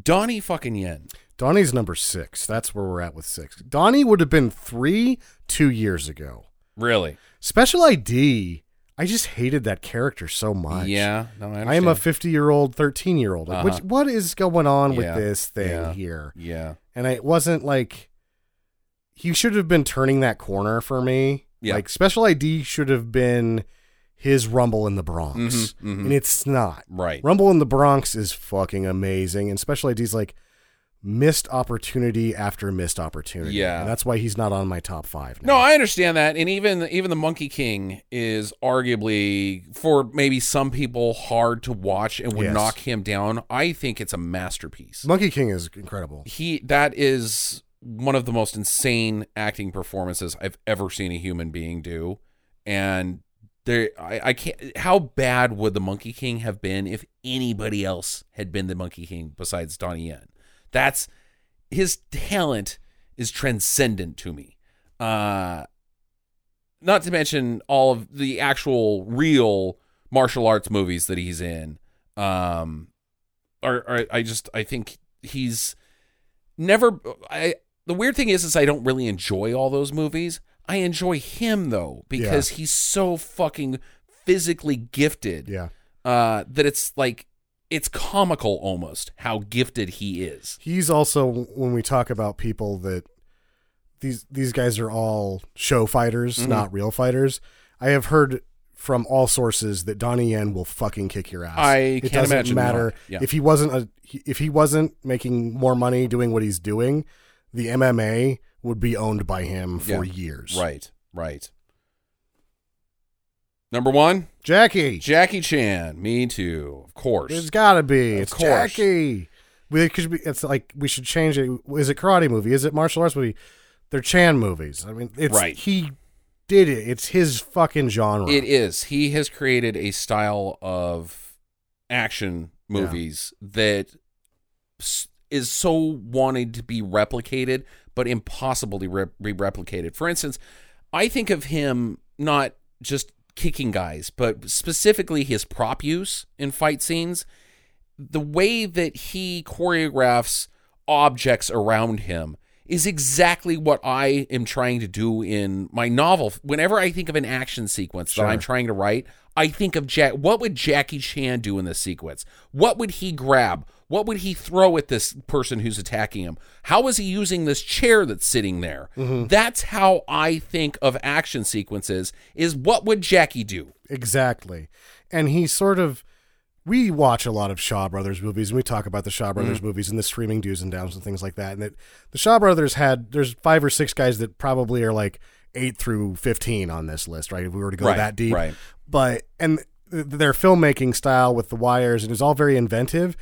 A: Donnie fucking Yen.
F: Donnie's number six. That's where we're at with six. Donnie would have been three two years ago.
A: Really?
F: Special ID, I just hated that character so much.
A: Yeah. No, I,
F: I am a
A: understand.
F: 50 year old, 13 year old. Like, which,
A: Uh-huh.
F: what is going on with
A: Yeah.
F: this thing
A: Yeah.
F: here?
A: Yeah.
F: And it wasn't like he should have been turning that corner for me.
A: Yeah.
F: Like, Special ID should have been his Rumble in the Bronx,
A: mhm.
F: and it's not.
A: Right.
F: Rumble in the Bronx is fucking amazing, and Special ID's like missed opportunity after missed opportunity.
A: Yeah.
F: and that's why he's not on my top five.
A: No,
F: Now.
A: I understand that, and even even the Monkey King is arguably for maybe some people hard to watch and would
F: Yes.
A: knock him down. I think it's a masterpiece.
F: Monkey King is incredible.
A: he that is one of the most insane acting performances I've ever seen a human being do, and there I, I can't. How bad would the Monkey King have been if anybody else had been the Monkey King besides Donnie Yen? That's his talent is transcendent to me. Uh, not to mention all of the actual real martial arts movies that he's in. Um, or, or I just I think he's never. I the weird thing is is I don't really enjoy all those movies. I enjoy him though because he's so fucking physically gifted
F: Yeah,
A: uh, that it's like it's comical almost how gifted he is.
F: he's also when we talk about people that these these guys are all show fighters,
A: Mm-hmm.
F: not real fighters. I have heard from all sources that Donnie Yen will fucking kick your ass.
A: I
F: it
A: can't
F: doesn't
A: imagine
F: matter
A: not. Yeah.
F: if he wasn't a he- if he wasn't making more money doing what he's doing, the MMA would be owned by him for
A: Yeah.
F: years.
A: Right, right. Number one,
F: Jackie.
A: Jackie Chan. Me too, of course.
F: There's got to be.
A: Of
F: it's
A: course.
F: Jackie. We it could be, it's like we should change it. Is it karate movie? Is it martial arts movie? They're Chan movies. I mean, it's
A: Right.
F: he did it. It's his fucking genre.
A: It is. He has created a style of action movies that s- is so wanted to be replicated, but impossible to re- be replicated. For instance, I think of him not just kicking guys, but specifically his prop use in fight scenes. The way that he choreographs objects around him is exactly what I am trying to do in my novel. Whenever I think of an action sequence that I'm trying to write, I think of Jack. What would Jackie Chan do in this sequence? What would he grab? What would he throw at this person who's attacking him? How is he using this chair that's sitting there? That's how I think of action sequences. Is what would Jackie do?
F: Exactly. And he sort of we watch a lot of Shaw Brothers movies and we talk about the Shaw Brothers
A: Mm.
F: movies and the streaming do's and downs and things like that. And that the Shaw Brothers had there's five or six guys that probably are like eight through fifteen on this list, right? If we were to go
A: Right,
F: that deep.
A: right.
F: But and th- their filmmaking style with the wires and it's all very inventive.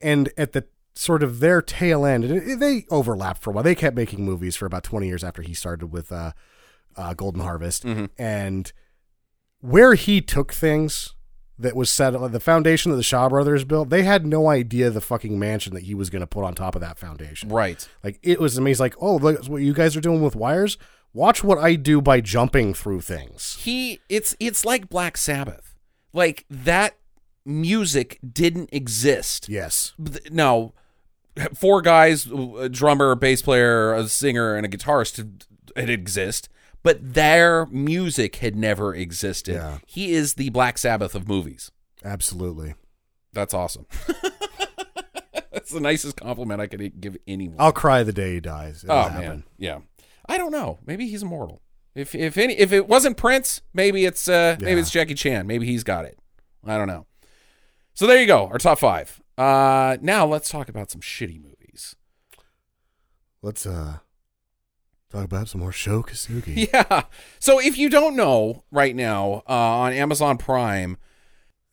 F: And at the sort of their tail end, and it- they overlapped for a while. They kept making movies for about twenty years after he started with uh, uh, Golden Harvest,
A: Mm-hmm.
F: and where he took things that was set the foundation that the Shaw brothers built, they had no idea the fucking mansion that he was going to put on top of that foundation.
A: Right.
F: Like it was amazing. Like, oh, look at what you guys are doing with wires. Watch what I do by jumping through things.
A: He it's it's like Black Sabbath. Like that music didn't exist.
F: Yes,
A: th- now four guys a drummer a bass player a singer and a guitarist it exist but their music had never existed
F: Yeah.
A: he is the black sabbath of movies
F: absolutely.
A: that's awesome that's the nicest compliment i could give anyone
F: I'll cry the day he dies. It'll
A: oh
F: happen.
A: man yeah i don't know maybe he's immortal if if any if it wasn't prince maybe it's uh maybe
F: Yeah.
A: it's jackie chan maybe he's got it i don't know so there you go our top five uh now let's talk about some shitty movies
F: Let's uh talk about some more Shokasugi.
A: Yeah. So if you don't know right now uh, on Amazon Prime,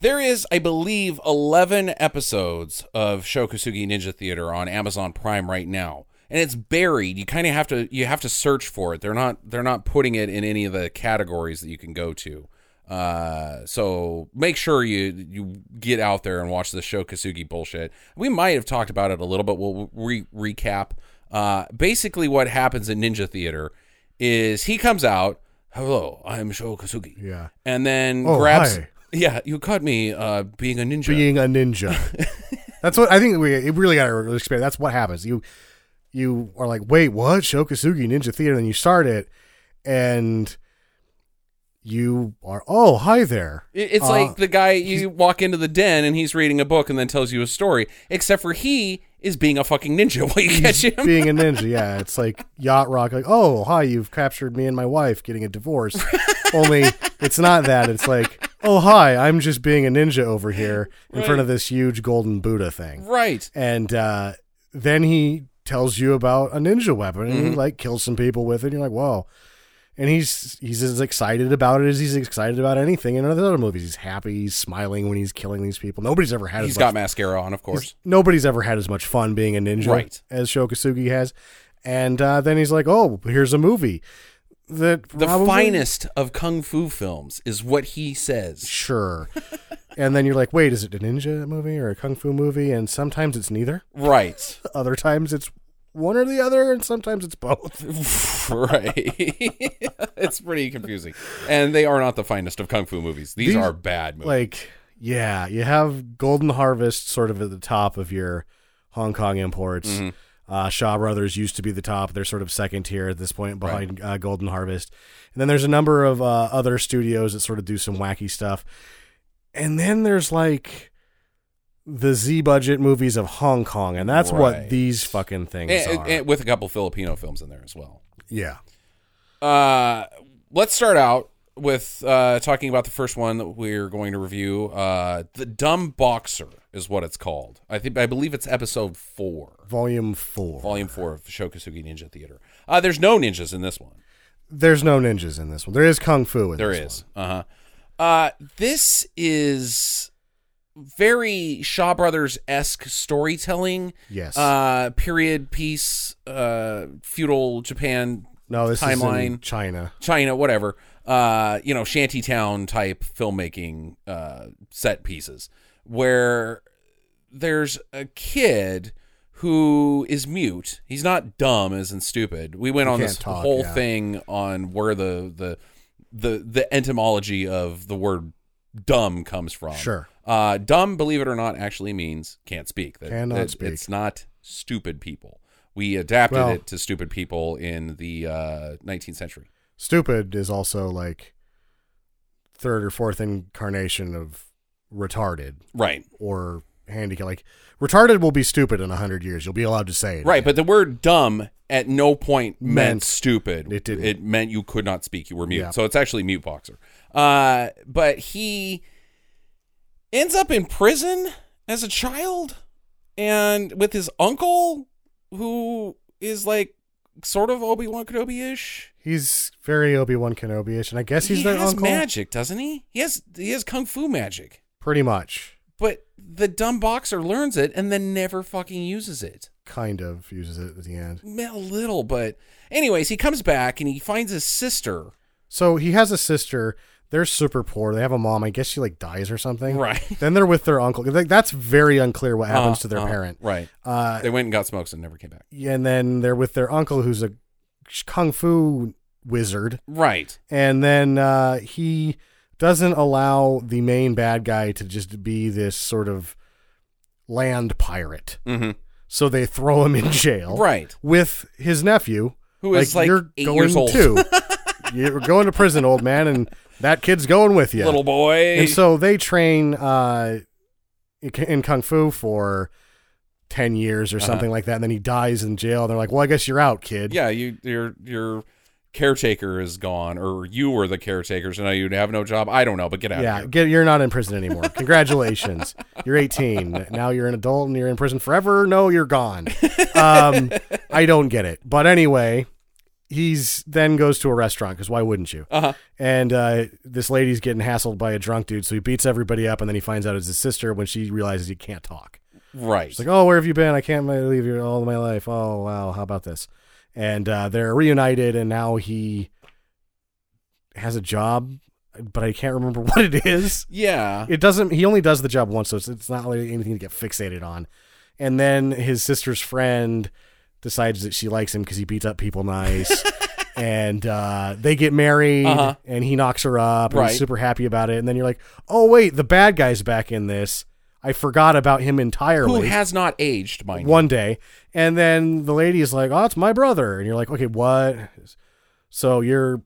A: there is, I believe, 11 episodes of Shokasugi Ninja Theater on Amazon Prime right now. And it's buried. You kind of have to you have to search for it. They're not they're not putting it in any of the categories that you can go to. Uh, so make sure you you get out there and watch the Shokasugi bullshit. We might have talked about it a little, but we'll re- recap. Uh, basically, what happens in Ninja Theater is he comes out. Hello, I'm Shokasugi.
F: Yeah.
A: and then
F: Oh,
A: grabs.
F: hi.
A: Yeah, you caught me uh, being a ninja.
F: being a ninja. That's what I think we it really got to expand. That's what happens. You you are like, wait, what? Shokasugi Ninja Theater. Then you start it, and you are, oh, hi there.
A: It- it's like the guy you walk into the den and he's reading a book and then tells you a story. Except for he is being a fucking ninja while you catch him.
F: being a ninja. Yeah, it's like yacht rock. Like, oh, hi, you've captured me and my wife getting a divorce. Only it's not that. It's like oh hi, I'm just being a ninja over here in front of this huge golden Buddha thing.
A: Right.
F: And uh, then he tells you about a ninja weapon and
A: Mm-hmm.
F: he like kills some people with it. And you're like, whoa. And he's he's as excited about it as he's excited about anything in other movies. He's happy, he's smiling when he's killing these people. Nobody's ever had
A: He's
F: as much
A: got mascara on, of course.
F: nobody's ever had as much fun being a ninja
A: Right.
F: as Shokasugi has. And uh, then he's like, "Oh, here's a movie that
A: the
F: probably-
A: finest of kung fu films is what he says.
F: sure." and then you're like, "Wait, is it a ninja movie or a kung fu movie?" And sometimes it's neither.
A: Right.
F: Other times it's one or the other, and sometimes it's both.
A: right. it's pretty confusing. And they are not the finest of kung fu movies. These,
F: These-
A: are bad movies.
F: like, yeah, you have Golden Harvest sort of at the top of your Hong Kong imports.
A: Mm-hmm.
F: Uh, Shaw Brothers used to be the top. They're sort of second tier at this point behind uh, Golden Harvest. And then there's a number of uh, other studios that sort of do some wacky stuff. And then there's like the Z budget movies of Hong Kong. And that's
A: Right.
F: what these fucking things
A: And-
F: are.
A: and- and with a couple Filipino films in there as well.
F: yeah.
A: Uh, let's start out with uh, talking about the first one that we're going to review. Uh, the Dumb Boxer is what it's called. I think I believe it's episode four,
F: Volume 4.
A: volume four of Shokasugi Ninja Theater. Uh, there's no ninjas in this one.
F: There's no ninjas in this one. There is kung fu in
A: There
F: this
A: is. Uh huh. Uh, this is very Shaw Brothers esque storytelling.
F: Yes.
A: Uh, period piece. Uh, feudal Japan.
F: one. No, this is in
A: timeline.
F: China.
A: China, whatever. Uh, you know, shantytown type filmmaking uh, set pieces where there's a kid who is mute. He's not dumb as in stupid. We went
F: He
A: on
F: can't
A: this
F: talk,
A: whole
F: yeah.
A: thing on where the the the the entomology of the word dumb comes from.
F: Sure.
A: Uh, dumb, believe it or not, actually means can't speak. That-
F: Cannot
A: that
F: speak.
A: It's not stupid people. We adapted
F: Well-
A: it to stupid people in the uh, 19th century.
F: stupid is also like third or fourth incarnation of retarded
A: Right.
F: or handicap. Like retarded will be stupid in a hundred years. You'll be allowed to say it.
A: Right, but the word dumb at no point meant,
F: Meant-
A: stupid.
F: it didn't.
A: It meant you could not speak. You were mute.
F: Yeah.
A: So it's actually mute boxer. Uh, but he ends up in prison as a child and with his uncle who is like sort of Obi-Wan Kenobi-ish.
F: He's very Obi Wan Kenobi ish, and I guess he's
A: he
F: their
A: has
F: uncle.
A: magic, doesn't he? He has he has kung fu magic.
F: Pretty much,
A: But the dumb boxer learns it and then never fucking uses it.
F: kind of uses it at the end.
A: a little, but anyways, he comes back and he finds his sister.
F: So he has a sister. They're super poor. They have a mom. I guess she like dies or something.
A: Right.
F: Then they're with their uncle. Like, that's very unclear what happens
A: Uh,
F: to their
A: uh,
F: parent.
A: Right.
F: Uh,
A: They went and got smokes and never came back.
F: and then they're with their uncle, who's a kung fu wizard.
A: Right.
F: and then uh, he doesn't allow the main bad guy to just be this sort of land pirate.
A: Mhm.
F: So they throw him in jail,
A: Right.
F: with his nephew,
A: Who is, like,
F: you're
A: eight
F: going
A: years old."
F: too. you're going to prison, old man, and that kid's going with you,
A: Little boy.
F: And so they train uh, in- in kung fu for. 10 years or something like that and then he dies in jail they're like well i guess you're out kid
A: yeah, you your your caretaker is gone, or you were the caretaker, so now you have no job. I don't know, but get out
F: Yeah,
A: of here.
F: get, you're not in prison anymore. Congratulations. you're 18. Now you're an adult and you're in prison forever. No, you're gone. Um, I don't get it. But anyway, he's then goes to a restaurant because why wouldn't you?
A: Uh-huh.
F: And uh, this lady's getting hassled by a drunk dude. So he beats everybody up and then he finds out it's his sister when she realizes he can't talk.
A: Right.
F: She's like, oh, where have you been? I can't leave you all my life. Oh, wow. How about this? And uh, they're reunited and now he has a job. But I can't remember what it is
A: yeah.
F: it doesn't he only does the job once so it's, it's not really anything to get fixated on and then his sister's friend decides that she likes him because he beats up people nice and uh, they get married
A: Uh-huh.
F: and he knocks her up and
A: Right.
F: he's super happy about it and then you're like oh wait the bad guy's back in this i forgot about him
A: Who
F: entirely
A: has not aged, mind you.
F: one day and then the lady is like oh it's my brother and you're like okay what so your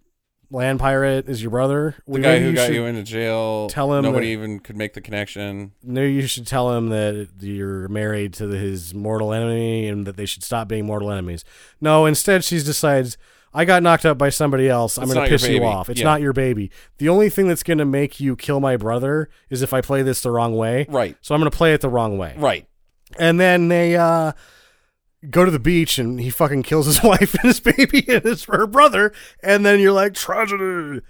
F: land pirate is your brother
A: The guy who got you into jail.
F: tell him
A: nobody
F: that-
A: even could make the connection.
F: No, you should tell him that you're married to his mortal enemy and that they should stop being mortal enemies. No, instead she decides, I got knocked up by somebody else. I'm
A: It's
F: going
A: not
F: to
A: your
F: piss you
A: baby.
F: off. It's
A: Yeah.
F: not your baby. The only thing that's going to make you kill my brother is if I play this the wrong way.
A: Right.
F: So I'm going to play it the wrong way.
A: Right.
F: And then they uh, go to the beach and he fucking kills his wife and his baby and his her brother. And then you're like, tragedy.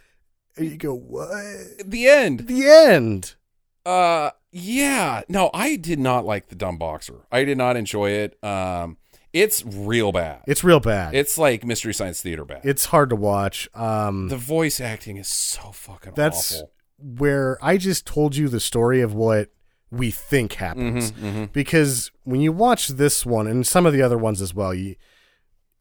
F: And you go, what?
A: At the end.
F: The end.
A: Uh yeah. No, I did not like the dumb boxer. I did not enjoy it. Um it's real bad.
F: It's real bad.
A: It's like Mystery Science Theater bad.
F: it's hard to watch. Um,
A: the voice acting is so fucking
F: that's
A: awful.
F: where I just told you the story of what we think happens.
A: Mm-hmm.
F: Because when you watch this one and some of the other ones as well, you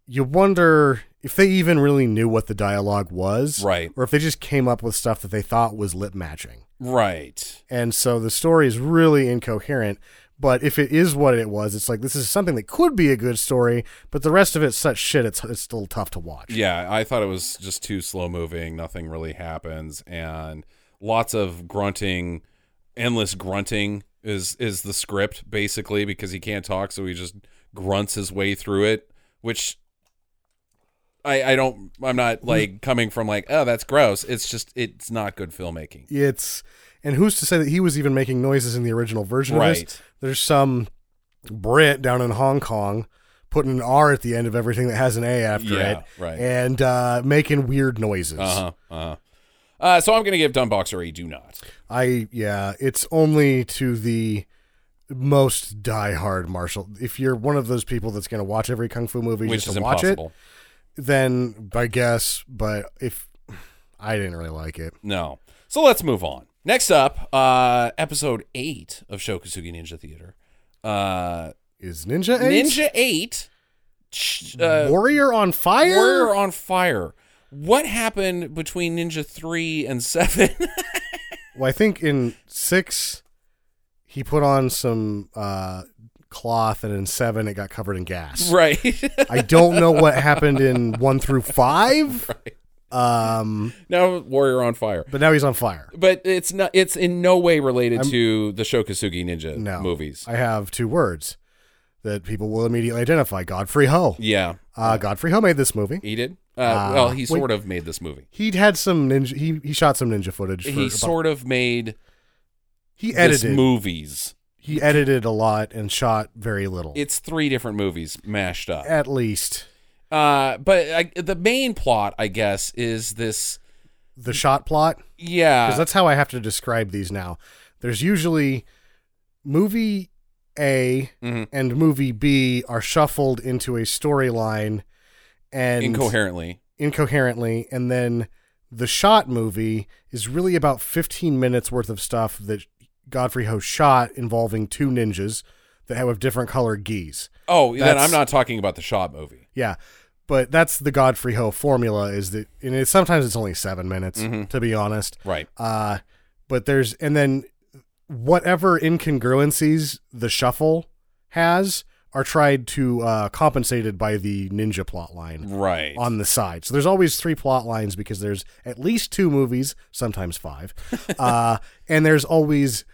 F: you wonder if they even really knew what the dialogue was,
A: Right.
F: Or if they just came up with stuff that they thought was lip matching.
A: Right.
F: And so the story is really incoherent. But if it is what it was, it's like this is something that could be a good story, but the rest of it's such shit. It's it's still tough to watch.
A: Yeah, I thought it was just too slow moving. Nothing really happens, and lots of grunting, endless grunting is is the script basically because he can't talk, so he just grunts his way through it. Which I I don't. I'm
F: Mm-hmm.
A: not like coming from like oh that's gross. It's just it's not good filmmaking.
F: it's and who's to say that he was even making noises in the original version of
A: Right.
F: this? There's some Brit down in Hong Kong putting an R at the end of everything that has an A after
A: Yeah,
F: it,
A: right.
F: And uh, making weird noises.
A: Uh huh. Uh-huh. Uh, so I'm gonna give Dumboxer a do not.
F: I yeah, it's only to the most diehard martial. If you're one of those people that's going to watch every kung fu movie
A: Which
F: just
A: is
F: to watch
A: impossible.
F: it, then I guess. But if I didn't really like it,
A: No. So let's move on. Next up, uh, episode eight of Shokusugi Ninja Theater. Uh,
F: is Ninja Eight
A: Ninja Eight, sh- uh,
F: Warrior on Fire?
A: Warrior on Fire. What happened between Ninja Three and Seven?
F: Well, I think in six, he put on some uh, cloth, and in seven, it got covered in gas.
A: right.
F: I don't know what happened in one through five. Um,
A: now Warrior on Fire.
F: but now he's on fire.
A: But it's not. It's in no way related to the Shokusugi Ninja
F: No
A: movies.
F: I have two words that people will immediately identify: Godfrey Ho.
A: yeah,
F: Uh, Godfrey Ho made this movie.
A: he did. Uh,
F: Uh,
A: well, he
F: wait.
A: sort of made this movie.
F: He'd had some ninja. He he shot some ninja footage. For
A: He
F: about-
A: sort of made
F: he
A: this
F: edited.
A: movies.
F: He edited a lot and shot very little.
A: It's three different movies mashed up.
F: At least
A: Uh, but I, the main plot, I guess, is this.
F: the shot plot. because
A: Yeah,
F: that's how I have to describe these now. There's usually movie A
A: Mhm.
F: and movie B are shuffled into a storyline and
A: incoherently.
F: incoherently, and then the shot movie is really about 15 minutes worth of stuff that Godfrey Ho shot involving two ninjas that have different color gis.
A: Oh, then
F: That's-
A: I'm not talking about the shot movie.
F: Yeah. But that's the Godfrey Ho formula is that, and it, sometimes it's only seven minutes, to be honest.
A: Mm-hmm. Right.
F: Uh, but there's and then whatever incongruencies the shuffle has are tried to uh, compensated by the ninja plot line
A: Right.
F: on the side. So there's always three plot lines because there's at least two movies, sometimes five, uh, and there's always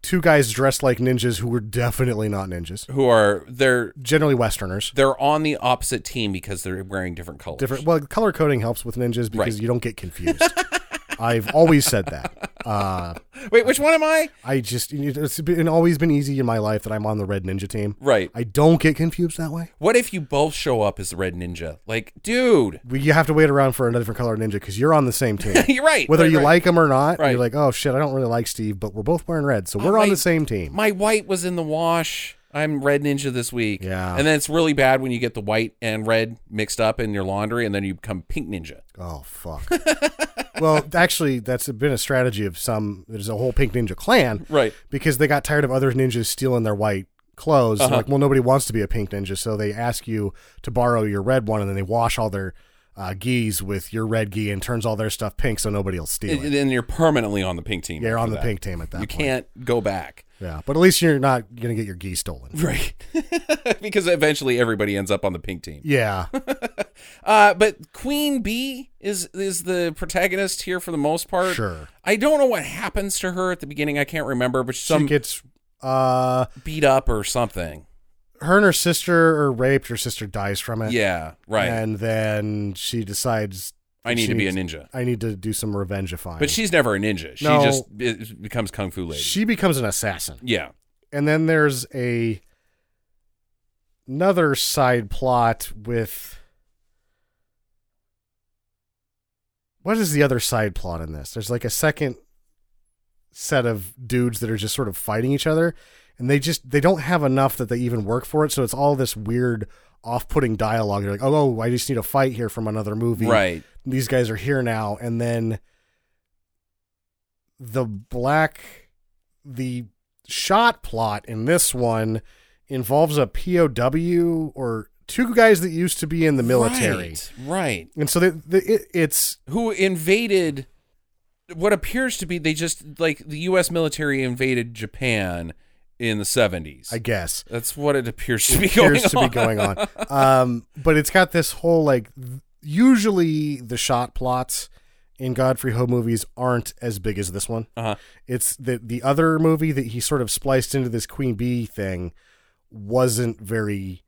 F: two guys dressed like ninjas who were definitely not ninjas,
A: Who are they're
F: generally Westerners.
A: they're on the opposite team because they're wearing different colors.
F: different. Well, color coding helps with ninjas because
A: Right.
F: you don't get confused. I've always said that. Uh,
A: Wait, which one am I?
F: I just it's been always been easy in my life that I'm on the red ninja team.
A: Right.
F: I don't get confused that way.
A: What if you both show up as the Red Ninja? Like, dude,
F: We, you have to wait around for a different color ninja because you're on the same team.
A: you're right.
F: Whether
A: right,
F: you
A: right.
F: like him or not,
A: Right.
F: you're like, oh shit, I don't really like Steve, but we're both wearing red, so
A: Oh,
F: we're
A: my-
F: on the same team.
A: my white was in the wash. I'm Red Ninja this week.
F: Yeah.
A: And then it's really bad when you get the white and red mixed up in your laundry, and then you become Pink Ninja.
F: oh fuck. well, actually, that's been a strategy of some. There's a whole pink ninja clan,
A: Right.
F: Because they got tired of other ninjas stealing their white clothes.
A: Uh-huh.
F: They're Like, well, nobody wants to be a pink ninja, so they ask you to borrow your red one, and then they wash all their uh, gis with your red gi and turns all their stuff pink, so nobody will steal it.
A: And then you're permanently on the pink team.
F: Yeah, you're
A: after
F: on the
A: that.
F: pink team at that
A: you
F: point.
A: can't go back
F: Yeah, but at least you're not gonna get your gi stolen.
A: right because eventually everybody ends up on the pink team
F: Yeah,
A: uh but queen bee is is the protagonist here for the most part
F: Sure.
A: i don't know what happens to her at the beginning i can't remember but some
F: she gets uh
A: beat up or something
F: her and her sister are raped. Her sister dies from it.
A: Yeah, right.
F: And then she decides
A: I need
F: she
A: to be a
F: needs-
A: ninja.
F: I need to do some revengeifying.
A: But she's never a ninja. She
F: No.
A: just be- becomes kung fu lady.
F: she becomes an assassin.
A: yeah.
F: and then there's a another side plot with what is the other side plot in this there's like a second set of dudes that are just sort of fighting each other and they just they don't have enough that they even work for it so it's all this weird off-putting dialogue you're like oh, oh i just need a fight here from another movie
A: Right.
F: these guys are here now and then the black the shot plot in this one involves a POW or two guys that used to be in the military.
A: Right. right.
F: And so the, the, it, it's
A: Who invaded what appears to be they just like the US military invaded Japan in the 70s.
F: I guess
A: That's what it appears to be going
F: appears to
A: on.
F: be going on. Um, but it's got this whole like th- usually the shot plots in Godfrey Ho movies aren't as big as this one.
A: Uh-huh.
F: It's the the other movie that he sort of spliced into this Queen Bee thing wasn't very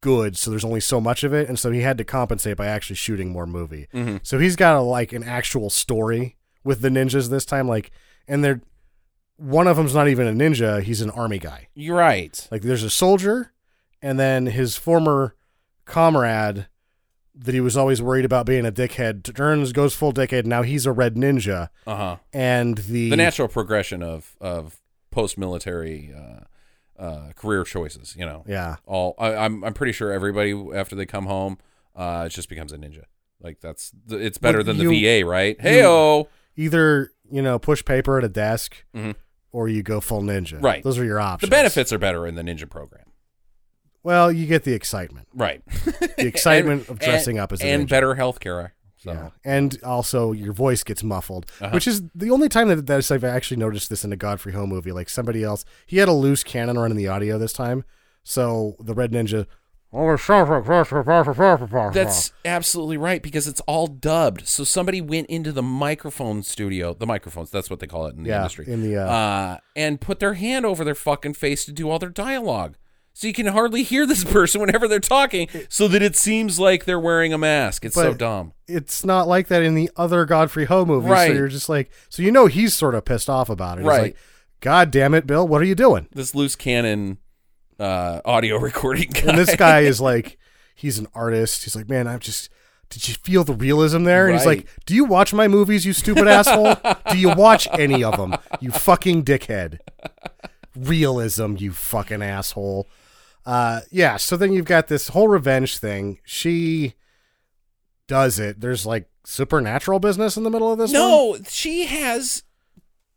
F: good, so there's only so much of it, and so he had to compensate by actually shooting more movie. So he's got a, like an actual story with the ninjas this time, like, and they're one of them's not even a ninja; he's an army guy.
A: You're right.
F: Like there's a soldier and then his former comrade that he was always worried about being a dickhead turns goes full dickhead now he's a red ninja
A: Uh-huh.
F: and the,
A: The natural progression of of post-military uh, uh, career choices, you know.
F: yeah
A: all I, I'm I'm pretty sure everybody after they come home uh just becomes a ninja. Like that's th- it's better
F: Well,
A: than the
F: you-
A: VA, right? Hey oh
F: either you know push paper at a desk
A: Mhm.
F: or you go full ninja
A: Right.
F: those are your
A: the
F: options
A: benefits are better in the ninja program.
F: well you get the excitement
A: Right.
F: the excitement of dressing
A: and,
F: up as a
A: and
F: ninja.
A: better health care. So
F: Yeah. And also, your voice gets muffled,
A: Uh-huh.
F: which is the only time that, that I've actually noticed this in a Godfrey Ho movie. Like somebody else, he had a loose cannon running the audio this time. So the Red Ninja. "Oh,
A: that's absolutely right because it's all dubbed. So somebody went into the microphone studio, the microphones, that's what they call it in the
F: Yeah,
A: industry.
F: in the, uh,
A: uh and put their hand over their fucking face to do all their dialogue. So you can hardly hear this person whenever they're talking so that it seems like they're wearing a mask. It's so
F: But-
A: dumb.
F: It's not like that in the other Godfrey Ho movies. So
A: Right.
F: you're just like, so you know he's sort of pissed off about it. He's
A: Right.
F: like, God damn it, Bill, what are you doing?
A: this loose cannon uh, audio recording guy.
F: And this guy is like, he's an artist. He's like, man, I'm just. Did you feel the realism there? And he's
A: Right.
F: like, "Do you watch my movies, you stupid asshole? Do you watch any of them, you fucking dickhead? Realism, you fucking asshole." Uh, yeah. So then you've got this whole revenge thing. She does it. There's like supernatural business in the middle of this. one?
A: no, she has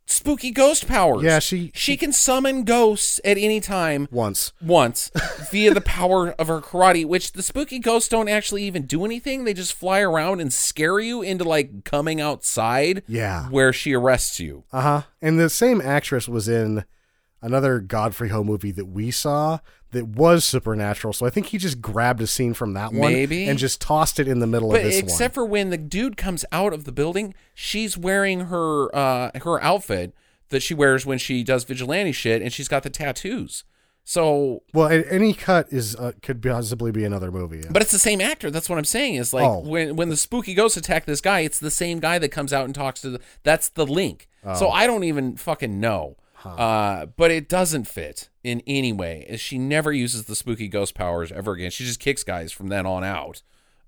A: spooky ghost powers.
F: Yeah, she-
A: she can summon ghosts at any time
F: once.
A: once via the power of her karate, which the spooky ghosts don't actually even do anything. They just fly around and scare you into like coming outside
F: Yeah.
A: where she arrests you.
F: Uh huh. And the same actress was in another Godfrey Ho movie that we saw that was supernatural. So I think he just grabbed a scene from that one
A: Maybe.
F: and just tossed it in the middle
A: But
F: of this
A: except
F: one.
A: for when the dude comes out of the building, she's wearing her uh her outfit that she wears when she does vigilante shit, and she's got the tattoos. So,
F: well, a- any cut is uh, could possibly be another movie. yeah.
A: but it's the same actor. That's what I'm saying. Is like
F: Oh.
A: when when the spooky ghosts attack this guy, it's the same guy that comes out and talks to the. That's the link. So I don't even fucking know. Uh, but it doesn't fit in any way. Is She never uses the spooky ghost powers ever again. She just kicks guys from then on out.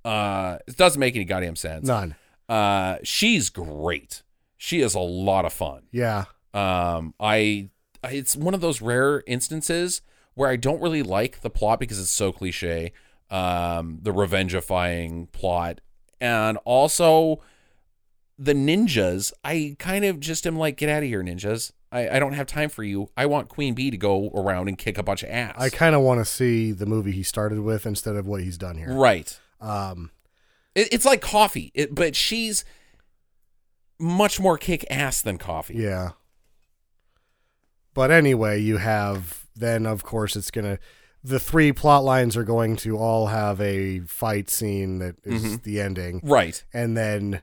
A: Uh, it doesn't make any goddamn sense.
F: none.
A: Uh, she's great. She is a lot of fun.
F: Yeah.
A: Um, I I- it's one of those rare instances where I don't really like the plot because it's so cliche. Um, the revengeifying plot, and also the ninjas. I kind of just am like, get out of here, ninjas. I, I don't have time for you. I want Queen Bee to go around and kick a bunch of ass.
F: I kind of want to see the movie he started with instead of what he's done here.
A: right.
F: Um,
A: It, it's like coffee, it, but she's much more kick ass than coffee.
F: yeah. But anyway, you have then of course it's gonna the three plot lines are going to all have a fight scene that is
A: Mm-hmm.
F: the ending.
A: Right.
F: and then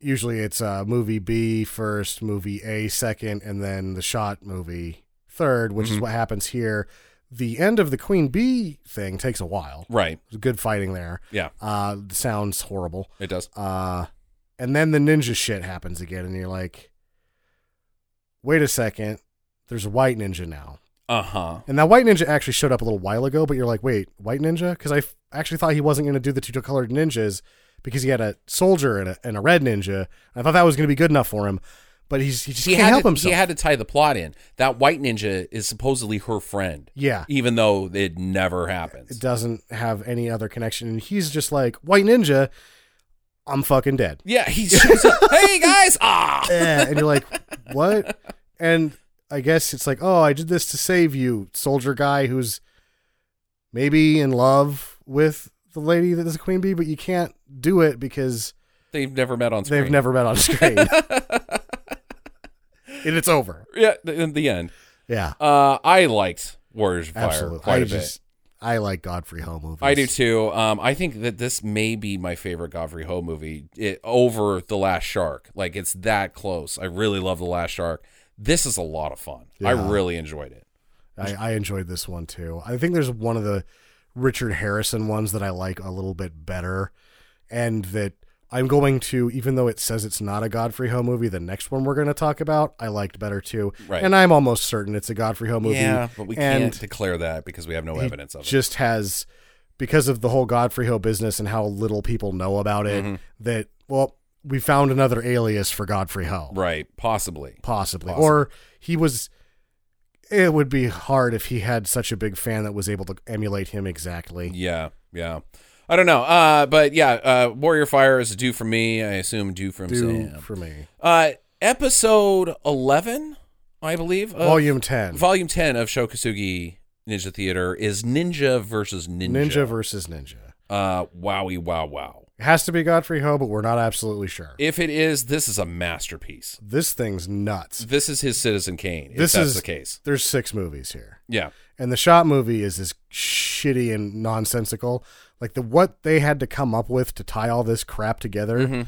F: usually it's uh, movie B first, movie A second, and then the shot movie third, which is what happens here. The end of the queen bee thing takes a while.
A: Right.
F: There's good fighting there.
A: Yeah.
F: Uh, the sounds horrible.
A: It does.
F: Uh, and then the ninja shit happens again, and you're like, wait a second, there's a white ninja now.
A: Uh huh.
F: And that white ninja actually showed up a little while ago, but you're like, wait, white ninja? Because I f- actually thought he wasn't going to do the two colored ninjas because he had a soldier and a, and a red ninja. I thought that was going to be good enough for him, but he's, he just
A: He
F: can't
A: had
F: help
A: to,
F: himself.
A: he had to tie the plot in. That white ninja is supposedly her friend,
F: yeah.
A: even though it never happens.
F: It doesn't have any other connection. And he's just like, white ninja, I'm fucking dead.
A: Yeah, he shows up. hey guys, ah,
F: Eh, and you're like, what? And I guess it's like, oh, I did this to save you, soldier guy who's maybe in love with the lady that is a queen bee, but you can't do it because
A: they've never met on screen.
F: they've never met on screen. and it's over.
A: Yeah, th- in the end,
F: Yeah,
A: uh, I liked Warriors of Fire
F: absolutely.
A: quite
F: I
A: a bit.
F: just, I like Godfrey Ho movies.
A: I do too. Um, I think that this may be my favorite Godfrey Ho movie it, over The Last Shark. Like it's that close. I really love The Last Shark. This is a lot of fun. I
F: Yeah.
A: really enjoyed it.
F: I, I enjoyed this one too. I think there's one of the Richard Harrison ones that I like a little bit better, and that I'm going to, even though it says it's not a Godfrey Ho movie, the next one we're going to talk about I liked better too.
A: Right.
F: And I'm almost certain it's a Godfrey Ho movie.
A: Yeah, but we
F: and
A: can't declare that because we have no
F: he
A: evidence of it.
F: Just has because of the whole Godfrey Ho business and how little people know about it.
A: Mm-hmm.
F: That well, we found another alias for Godfrey Ho
A: right, possibly.
F: possibly.
A: Possibly.
F: Or he was. It would be hard if he had such a big fan that was able to emulate him exactly.
A: Yeah, yeah. I don't know. Uh, but yeah, uh, Warrior Fire is due from me. I assume due from
F: Do
A: Sam.
F: for me.
A: uh, episode eleven, I believe. of-
F: Volume ten.
A: Uh, Volume 10 of Shokasugi Ninja Theater is Ninja versus Ninja.
F: ninja. versus ninja.
A: uh wowie wow wow.
F: It has to be Godfrey Ho, but we're not absolutely sure.
A: If it is, this is a masterpiece.
F: this thing's nuts.
A: This is his Citizen Kane. If
F: this
A: that's
F: is
A: the case.
F: There's six movies here,
A: Yeah.
F: and the shot movie is as shitty and nonsensical. Like the what they had to come up with to tie all this crap together
A: Mm-hmm.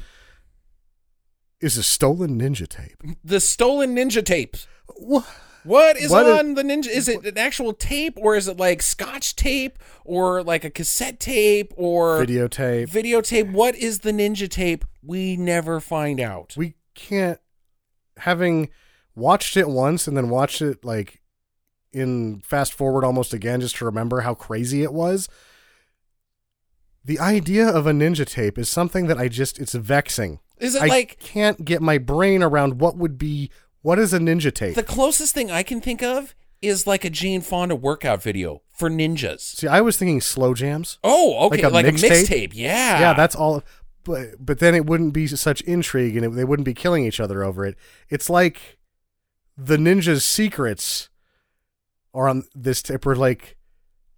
F: is a stolen ninja tape.
A: The stolen ninja tapes.
F: What?
A: What is
F: What is-
A: on the ninja? Is it an actual tape or is it like scotch tape or like a cassette tape or
F: Videotape.
A: videotape? What is the ninja tape? We never find out.
F: we can't having watched it once and then watched it like in fast forward almost again just to remember how crazy it was the idea of a ninja tape is something that i just it's vexing
A: Is it
F: i
A: like
F: can't get my brain around what would be what is a ninja tape
A: the closest thing I can think of is like a Gene Fonda workout video for ninjas?
F: see i was thinking slow jams
A: Oh,
F: Like
A: okay,
F: a
A: like a
F: mixtape?
A: mixtape. yeah,
F: yeah that's all but but then it wouldn't be such intrigue and it, they wouldn't be killing each other over it it's like the ninja's secrets are on this tip or like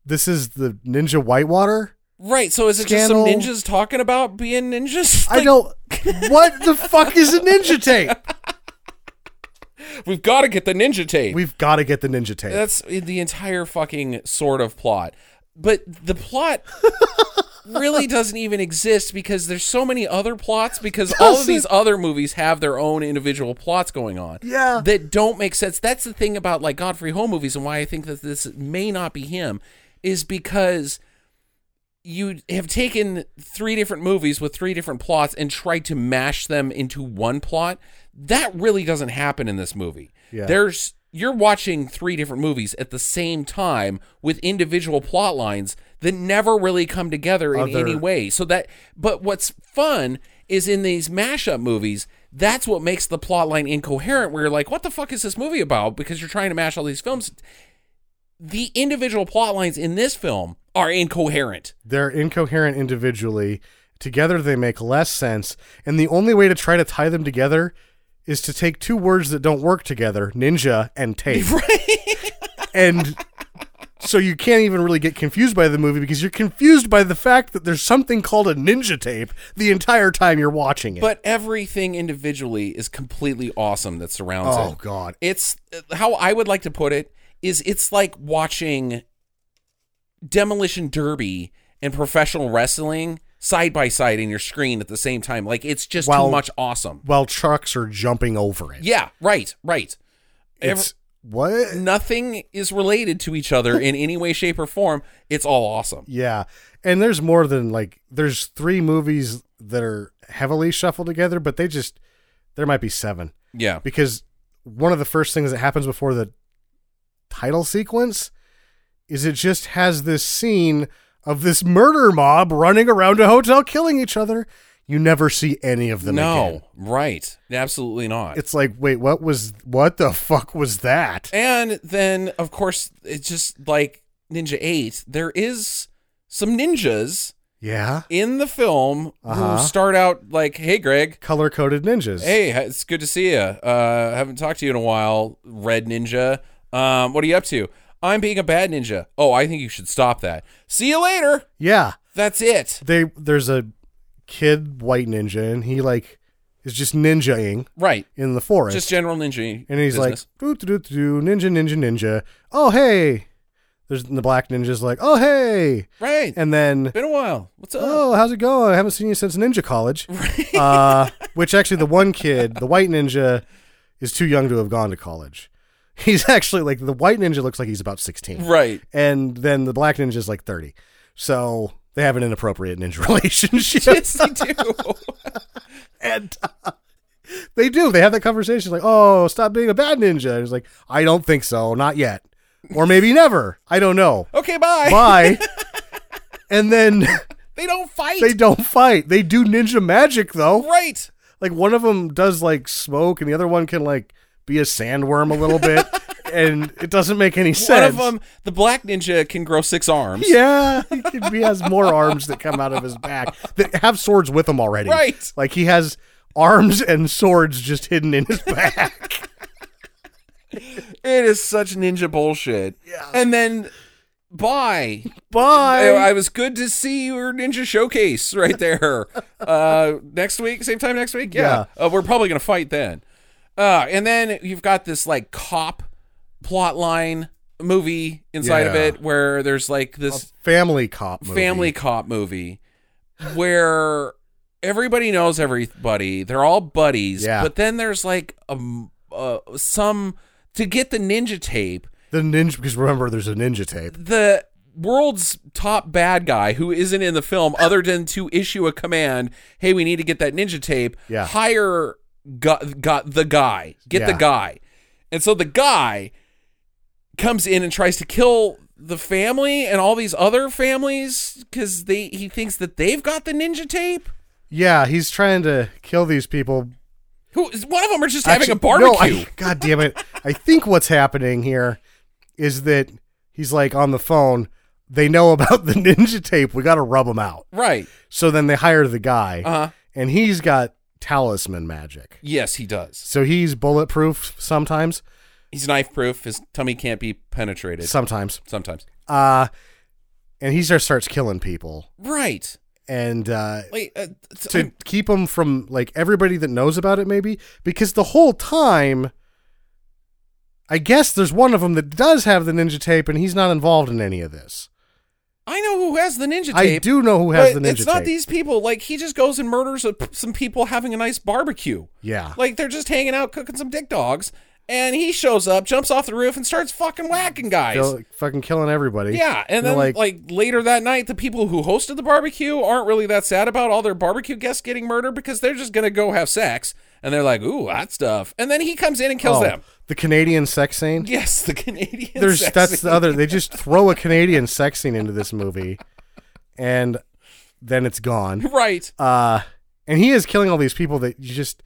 F: this is the ninja whitewater
A: right. So is it
F: Scandal.
A: just some ninjas talking about being ninjas?
F: i don't what the fuck is a ninja tape
A: We've got to get the ninja tape.
F: we've got to get the ninja tape
A: That's the entire fucking sort of plot. But the plot really doesn't even exist because there's so many other plots because all of these other movies have their own individual plots going on.
F: Yeah.
A: That don't make sense. That's the thing about like Godfrey Ho movies and why I think that this may not be him is because you have taken three different movies with three different plots and tried to mash them into one plot. That really doesn't happen in this movie.
F: Yeah.
A: There's you're watching three different movies at the same time with individual plot lines that never really come together in
F: Other-
A: any way. So that but what's fun is in these mashup movies, that's what makes the plot line incoherent where you're like, what the fuck is this movie about? Because you're trying to mash all these films. The individual plot lines in this film are incoherent.
F: they're incoherent individually together they make less sense and the only way to try to tie them together is to take two words that don't work together ninja and tape and so you can't even really get confused by the movie because you're confused by the fact that there's something called a ninja tape the entire time you're watching it
A: But everything individually is completely awesome that surrounds it.
F: oh god
A: It's how I would like to put it is it's like watching demolition derby and professional wrestling side by side in your screen at the same time. Like it's just
F: Well-
A: too much awesome.
F: while trucks are jumping over it
A: Yeah, right, right. Every-
F: it's what?
A: Nothing is related to each other in any way, shape, or form. It's all awesome.
F: Yeah. And there's more than like there's three movies that are heavily shuffled together, but they just there might be seven.
A: Yeah.
F: Because one of the first things that happens before the title sequence is it just has this scene of this murder mob running around a hotel killing each other. You never see any of them
A: no,
F: again.
A: right. Absolutely not.
F: It's like, wait, what was what the fuck was that?
A: And then, of course, it's just like Ninja 8, there is some ninjas
F: Yeah.
A: in the film
F: Uh-huh.
A: who start out like, hey, Greg,
F: Color coded ninjas.
A: hey, it's good to see you. Uh, haven't talked to you in a while, Red Ninja. Um, what are you up to? I'm being a bad ninja. Oh, I think you should stop that. See you later.
F: Yeah.
A: That's it.
F: they there's a kid white ninja and he like is just ninjaing
A: Right.
F: in the forest
A: Just general ninja.
F: and he's
A: business.
F: like doo doo doo doo ninja ninja ninja oh hey there's and the black ninja's like oh hey
A: right.
F: and then
A: Been a while. What's up?
F: oh how's it going i haven't seen you since ninja college uh, which actually the one kid the white ninja is too young to have gone to college he's actually like the white ninja looks like he's about 16
A: Right.
F: and then the black ninja's like 30 so they have an inappropriate ninja relationship
A: Yes, they do.
F: and uh, they do. They have that conversation like, "Oh, stop being a bad ninja." And it's like, "I don't think so, not yet, or maybe never. I don't know."
A: okay, bye.
F: Bye. and then
A: They don't fight.
F: they don't fight. They do ninja magic though.
A: right.
F: Like one of them does like smoke, and the other one can like be a sandworm a little bit, and it doesn't make any
A: One
F: sense.
A: of them, the black ninja, can grow six arms.
F: Yeah, he, can- he has more arms that come out of his back that have swords with him already.
A: Right.
F: Like he has arms and swords just hidden in his back.
A: It is such ninja bullshit. Yeah. And then, bye.
F: Bye.
A: I, I was good to see your ninja showcase right there. uh, next week, same time next week. Yeah, Uh, we're probably gonna fight then. Uh, and then you've got this like cop plot line movie inside of
F: Yeah.
A: it where there's like this
F: family cop. Movie.
A: family cop movie where everybody knows everybody. They're all buddies.
F: Yeah.
A: But then there's like um uh, some to get the ninja tape
F: The ninja. Because remember, there's a ninja tape.
A: the world's top bad guy who isn't in the film other than to issue a command hey we need to get that ninja tape
F: Yeah.
A: hire got, got the guy get the
F: Yeah.
A: guy and so the guy comes in and tries to kill the family and all these other families because they he thinks that they've got the ninja tape
F: Yeah, he's trying to kill these people.
A: who one of them are just having a
F: Actually- no, I-
A: barbecue
F: God damn it! I think what's happening here is that he's like on the phone. They know about the ninja tape. We got to rub them out.
A: right
F: So then they hire the guy,
A: Uh-huh.
F: and he's got talisman magic.
A: yes he does
F: So he's bulletproof sometimes.
A: he's knife proof his tummy can't be penetrated
F: Sometimes.
A: sometimes
F: Uh, and he just starts killing people.
A: right
F: And uh,
A: like uh, t-
F: to keep him from like everybody that knows about it maybe because the whole time i guess there's one of them that does have the ninja tape and he's not involved in any of this
A: I know who has the ninja tape.
F: i do know who has
A: but
F: the ninja
A: It's not
F: tape
A: these people. Like he just goes and murders a, some people having a nice barbecue.
F: yeah
A: Like they're just hanging out cooking some dick dogs, and he shows up, jumps off the roof, and starts fucking whacking guys.
F: Kill- fucking killing everybody
A: yeah, and
F: they're
A: then like, later that night, the people who hosted the barbecue aren't really that sad about all their barbecue guests getting murdered because they're just gonna go have sex, and they're like, "Ooh, hot stuff," and then he comes in and kills
F: oh,
A: them.
F: the canadian sex scene
A: Yes, the Canadian.
F: there's
A: sex
F: that's
A: scene.
F: the other they just throw a canadian sex scene into this movie and then it's gone
A: right.
F: uh, and he is killing all these people that you just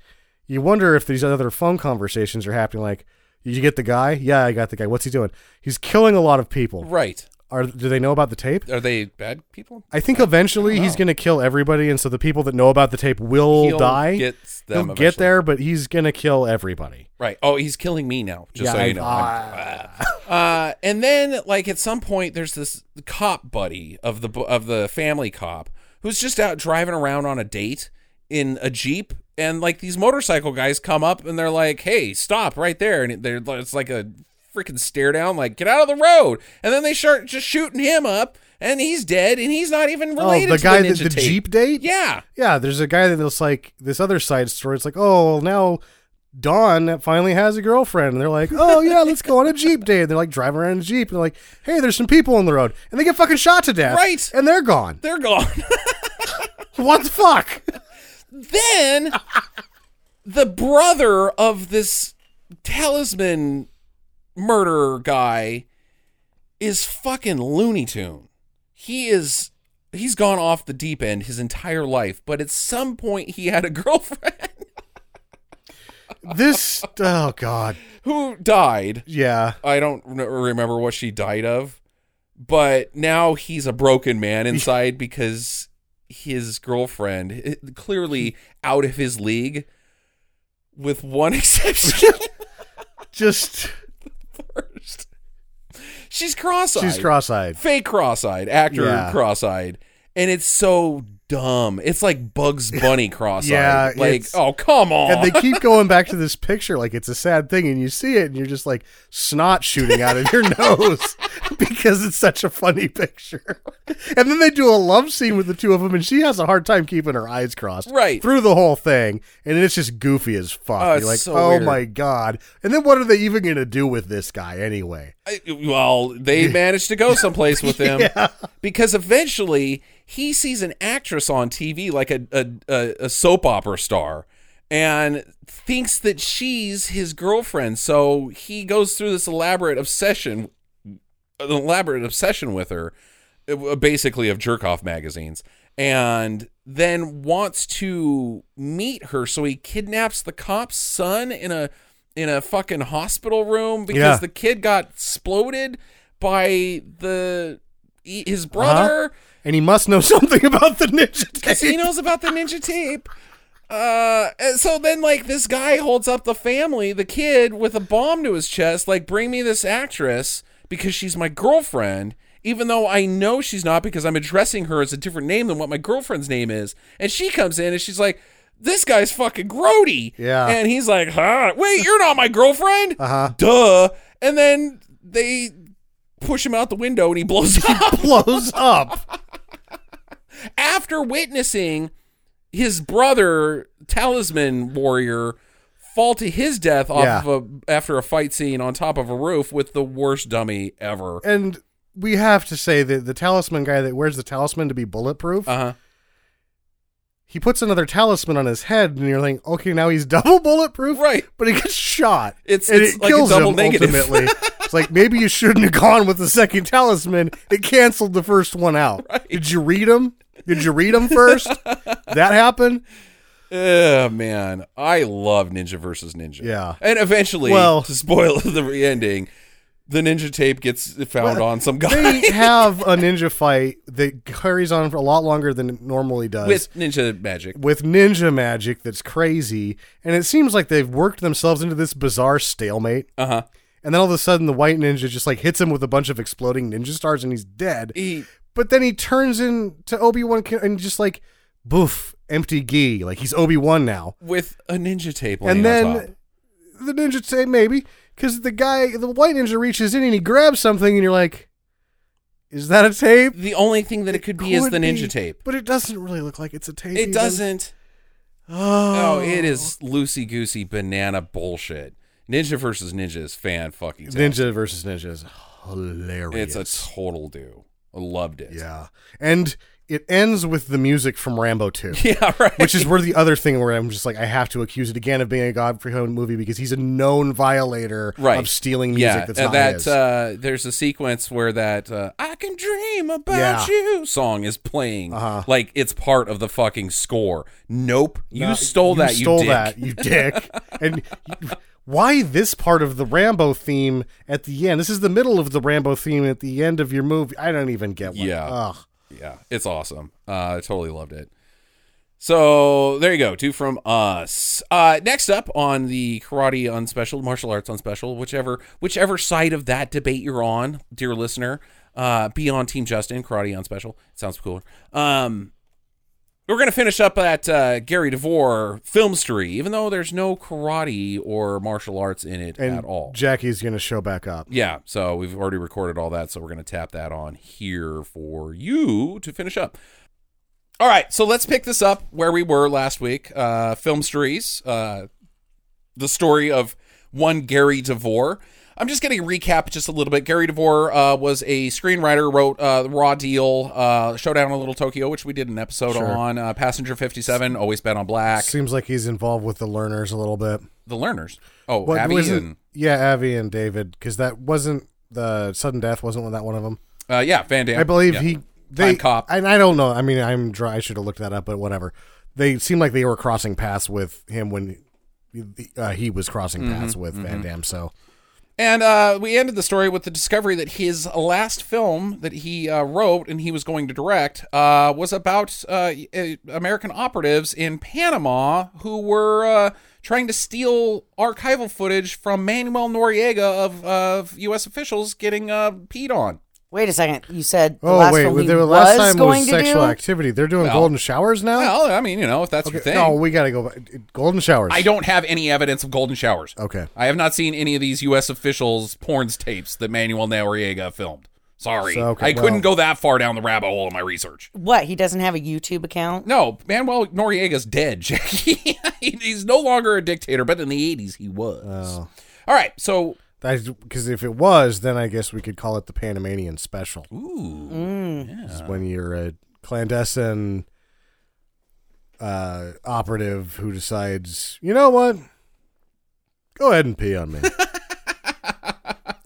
F: you wonder if these other phone conversations are happening like did you get the guy yeah i got the guy what's he doing he's killing a lot of people
A: Right.
F: are do they know about the tape
A: Are they bad people?
F: i think eventually he's going to kill everybody and so the people that know about the tape will
A: He'll
F: die
A: get
F: he'll
A: them
F: get
A: eventually.
F: there but he's going to kill everybody
A: Right. Oh, he's killing me now. Just
F: Yeah,
A: so
F: I- Ah.
A: you know. I'm- uh, and then, like at some point, there's this cop buddy of the of the family cop who's just out driving around on a date in a jeep, and like these motorcycle guys come up and they're like, "Hey, stop right there!" And they're it's like a freaking stare down, like "Get out of the road!" And then they start just shooting him up, and he's dead, and he's not even
F: oh
A: related.
F: the
A: to
F: guy
A: the,
F: that
A: ninja
F: the
A: tape.
F: jeep date
A: Yeah.
F: yeah there's a guy that's like this other side story it's like oh well, now Dawn finally has a girlfriend, and they're like, "Oh yeah, let's go on a jeep date." They're like driving around in a jeep, and they're like, "Hey, there's some people on the road," and they get fucking shot to death,
A: Right.
F: And they're gone.
A: They're gone.
F: What the fuck?
A: then the brother of this talisman murderer guy is fucking Looney Tune. He is he's gone off the deep end his entire life, but at some point he had a girlfriend
F: this? Oh god,
A: who died.
F: yeah.
A: I don't kn- remember what she died of, but now he's a broken man inside because his girlfriend i- clearly out of his league with one exception
F: Just
A: first. She's cross-eyed.
F: she's cross-eyed.
A: Fake cross-eyed, actor
F: Yeah.
A: cross-eyed, and it's so dumb. It's like Bugs Bunny cross-eyed.
F: Yeah,
A: like
F: it's-
A: oh come on.
F: And they keep going back to this picture like it's a sad thing, and you see it, and you're just like snot shooting out of your nose because it's such a funny picture. And then they do a love scene with the two of them, and she has a hard time keeping her eyes crossed
A: Right.
F: through the whole thing, and it's just goofy as fuck.
A: Oh, it's
F: you're like,
A: so
F: oh
A: weird."
F: my god! And then what are they even going to do with this guy anyway?
A: I- well, they managed to go someplace with him because eventually he sees an actress on TV, like a, a, a, a soap opera star, and thinks that she's his girlfriend. So he goes through this elaborate obsession, an elaborate obsession with her, uh, basically of jerk off magazines, and then wants to meet her. So he kidnaps the cop's son in a in a fucking hospital room because
F: Yeah.
A: the kid got exploded by the he- his brother
F: And he must know something about the ninja.
A: because he
F: tape.
A: knows about the ninja tape. Uh, and so then like this guy holds up the family, the kid with a bomb to his chest, like bring me this actress because she's my girlfriend, even though I know she's not because I'm addressing her as a different name than what my girlfriend's name is. And she comes in and she's like, this guy's fucking grody.
F: Yeah. Uh.
A: And he's like, huh? Wait, you're not my girlfriend? Uh-huh. Duh. And then they push him out the window and he blows up
F: blows up.
A: after witnessing his brother talisman warrior fall to his death off
F: Yeah.
A: of a, after a fight scene on top of a roof with the worst dummy ever
F: And we have to say that the talisman guy that wears the talisman to be bulletproof.
A: uh-huh
F: he puts another talisman on his head, and you're like, okay, now he's double bulletproof,
A: Right.
F: But he gets shot.
A: It's-
F: and
A: it's
F: it
A: like a
F: kills
A: double
F: him
A: negative.
F: ultimately. it's like maybe you shouldn't have gone with the second talisman. It canceled the first one out. Did you read them? Did you read them first? that happened.
A: oh man i love ninja versus ninja
F: Yeah.
A: and eventually well
F: Well-
A: to spoil the ending the ninja tape gets found on some guy
F: They have a ninja fight that carries on for a lot longer than it normally does.
A: with ninja magic
F: with ninja magic that's crazy, and it seems like they've worked themselves into this bizarre stalemate. Uh
A: Uh-huh.
F: huh. And then all of a sudden, the white ninja just like hits him with a bunch of exploding ninja stars, and he's dead.
A: he
F: but then he turns into Obi Wan and just like, boof, empty gi, like he's Obi Wan now.
A: with a ninja tape laying
F: And
A: on top.
F: then the ninja say maybe because the guy, the white ninja, reaches in and he grabs something, and you're like, is that a tape?
A: the only thing that it could be is
F: Could
A: the ninja tape
F: but it doesn't really look like it's a tape.
A: it
F: even.
A: doesn't
F: Oh,
A: Oh, it is loosey goosey banana bullshit. Ninja versus Ninja is fan fucking tastic.
F: Ninja versus Ninja is hilarious.
A: It's a total do. I loved it.
F: yeah, and it ends with the music from Rambo Two,
A: Yeah, right.
F: which is where the other thing where I'm just like, I have to accuse it again of being a Godfrey movie because he's a known violator
A: right.
F: of stealing music
A: yeah,
F: that's
A: and
F: not
A: that
F: his.
A: uh there's a sequence where that uh, I can dream about
F: Yeah. Uh-huh.
A: you song is playing. Like it's part of the fucking score. Nope. You
F: Uh,
A: stole that,
F: Stole
A: you dick.
F: that, you dick. and why this part of the Rambo theme at the end? This is the middle of the Rambo theme at the end of your movie. I don't even get one.
A: Yeah.
F: Ugh.
A: Yeah, it's awesome. Uh, I totally loved it. So there you go, two from us. Uh, next up on the karate on special, martial arts on special, whichever whichever side of that debate you're on, dear listener, uh, be on Team Justin karate on special. It sounds cooler. Um, we're gonna finish up at uh, Gary DeVore filmstery, even though there's no karate or martial arts in it
F: And
A: at all.
F: Jackie's gonna show back up.
A: Yeah, so we've already recorded all that, so we're going to tap that on here for you to finish up. All right, so let's pick this up where we were last week. Uh, film stories. Uh, the story of one Gary DeVore. I'm just going to recap just a little bit. Gary DeVore uh, was a screenwriter, wrote uh, The Raw Deal, uh, Showdown in Little Tokyo, which we did an episode on, uh, Passenger 57, Always Bet on Black,
F: Seems like he's involved with the learners a little bit.
A: The Learners. Oh,
F: What
A: Abby
F: wasn't-
A: and
F: yeah, Abby and David, because that wasn't the sudden death wasn't that one of them.
A: uh, yeah, Van Damme.
F: I believe
A: Yeah.
F: he they
A: Time cop.
F: and I don't know. I mean, I'm dry. I should have looked that up, but whatever. They seemed like they were crossing paths with him when uh, he was crossing
A: Mm-hmm,
F: paths with Van Damme. So
A: And uh, we ended the story with the discovery that his last film that he uh, wrote and he was going to direct uh, was about uh, uh, American operatives in Panama who were uh, trying to steal archival footage from Manuel Noriega of, of U.S. officials getting uh, peed on.
G: Wait a second. You said the
F: oh
G: last
F: wait,
G: film he
F: the last
G: was
F: time
G: going
F: was
G: to
F: sexual
G: do?
F: activity. They're doing golden showers now.
A: Well, I mean, you know, if that's your thing.
F: no, we gotta go. back. Golden showers.
A: I don't have any evidence of golden showers.
F: Okay.
A: I have not seen any of these U.S. officials' porns tapes that Manuel Noriega filmed. Sorry.
F: So, okay,
A: I couldn't
F: well-
A: go that far down the rabbit hole in my research.
G: What? He doesn't have a YouTube account?
A: No, Manuel Noriega's dead, Jackie. He's no longer a dictator, but in the 80s he was.
F: Oh.
A: All right, so
F: Because if it was, then I guess we could call it the Panamanian special.
A: ooh,
G: Mm.
F: It's when you're a clandestine uh, operative who decides, you know what? Go ahead and pee on me.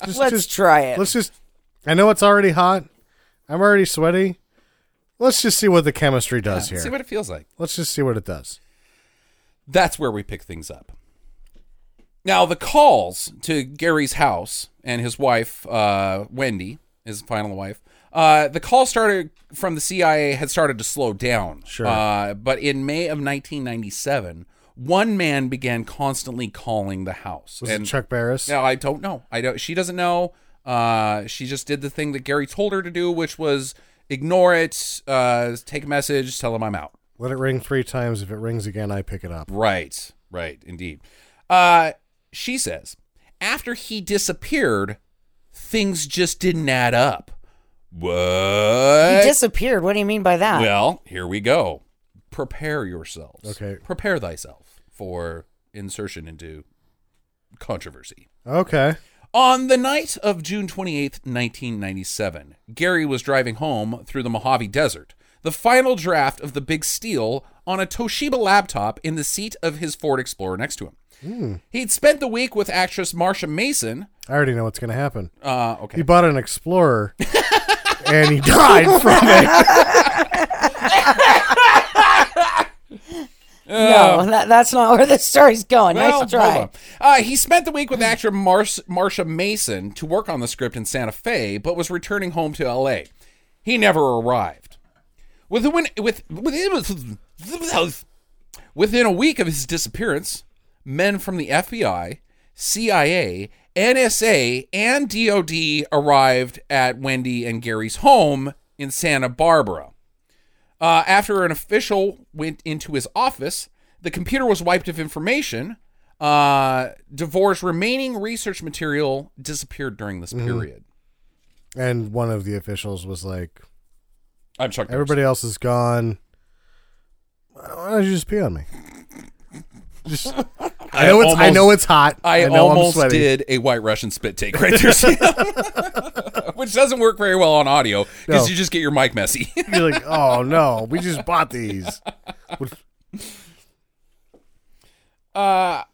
F: Just-
G: Let's
F: just-
G: try it.
F: Let's just. I know it's already hot. I'm already sweaty. Let's just see what the chemistry does
A: see
F: here.
A: what it feels like.
F: let's just see what it does.
A: That's where we pick things up. Now, the calls to Gary's house and his wife, uh, Wendy, his final wife, uh, the call started from the CIA had started to slow down.
F: Sure.
A: Uh, but in May of 1997, one man began constantly calling the house.
F: Was
A: and
F: it Chuck Barris?
A: No, I don't know. I don't. She doesn't know. Uh, she just did the thing that Gary told her to do, which was ignore it, uh, take a message, tell him I'm out.
F: Let it ring three times. If it rings again, I pick it up.
A: Right, right, indeed. Uh, she says after he disappeared, things just didn't add up. What?
G: He disappeared. What do you mean by that?
A: well, here we go. Prepare yourselves.
F: Okay.
A: Prepare thyself for insertion into controversy.
F: Okay.
A: On the night of June 28, 1997, Gary was driving home through the Mojave Desert, the final draft of The Big Steal on a Toshiba laptop in the seat of his Ford Explorer next to him. He'd spent the week with actress Marsha Mason.
F: I already know what's going to happen.
A: Uh,
F: He
A: okay.
F: bought an Explorer and he died from it.
G: no, that, that's not where the story's going.
A: Well,
G: nice try.
A: hold on. Uh, he spent the week with actress Mar- Marsha Mason to work on the script in Santa Fe, but was returning home to L.A. He never arrived. Within, with, with, within a week of his disappearance, men from the FBI, CIA, NSA, and DOD arrived at Wendy and Gary's home in Santa Barbara. Uh, after an official went into his office, the computer was wiped of information. Uh, DeVore's remaining research material disappeared during
F: Mm-hmm.
A: this period.
F: And one of the officials was like,
A: I'm Chuck. Norris.
F: everybody else is gone. Why don't you just pee on me? Just, I, know it's, I
A: almost-
F: know it's hot.
A: I,
F: know
A: almost
F: I'm sweaty.
A: did a White Russian spit take right there, Sam. which doesn't work very well on audio because
F: No.
A: you just get your mic messy.
F: You're like, oh no, we just bought these. What-
A: uh,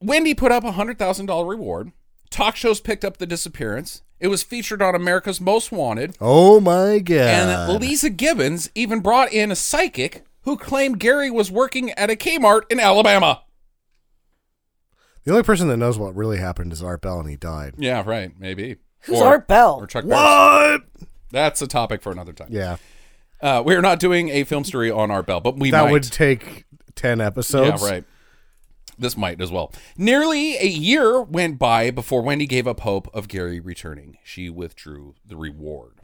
A: Wendy put up a hundred thousand dollar reward. Talk shows picked up the disappearance. It was featured on America's Most Wanted.
F: Oh my god!
A: And Lisa Gibbons even brought in a psychic who claimed Gary was working at a Kmart in Alabama.
F: the only person that knows what really happened is Art Bell, and he died.
A: Yeah, right. Maybe.
G: Who's Art Bell?
A: Or Chuck Barris.
F: What?
A: That's a topic for another time.
F: Yeah,
A: Uh, we're not doing a film story on Art Bell, but we
F: that
A: might.
F: would take ten episodes.
A: Yeah, right. This might as well. Nearly a year went by before Wendy gave up hope of Gary returning. She withdrew the reward.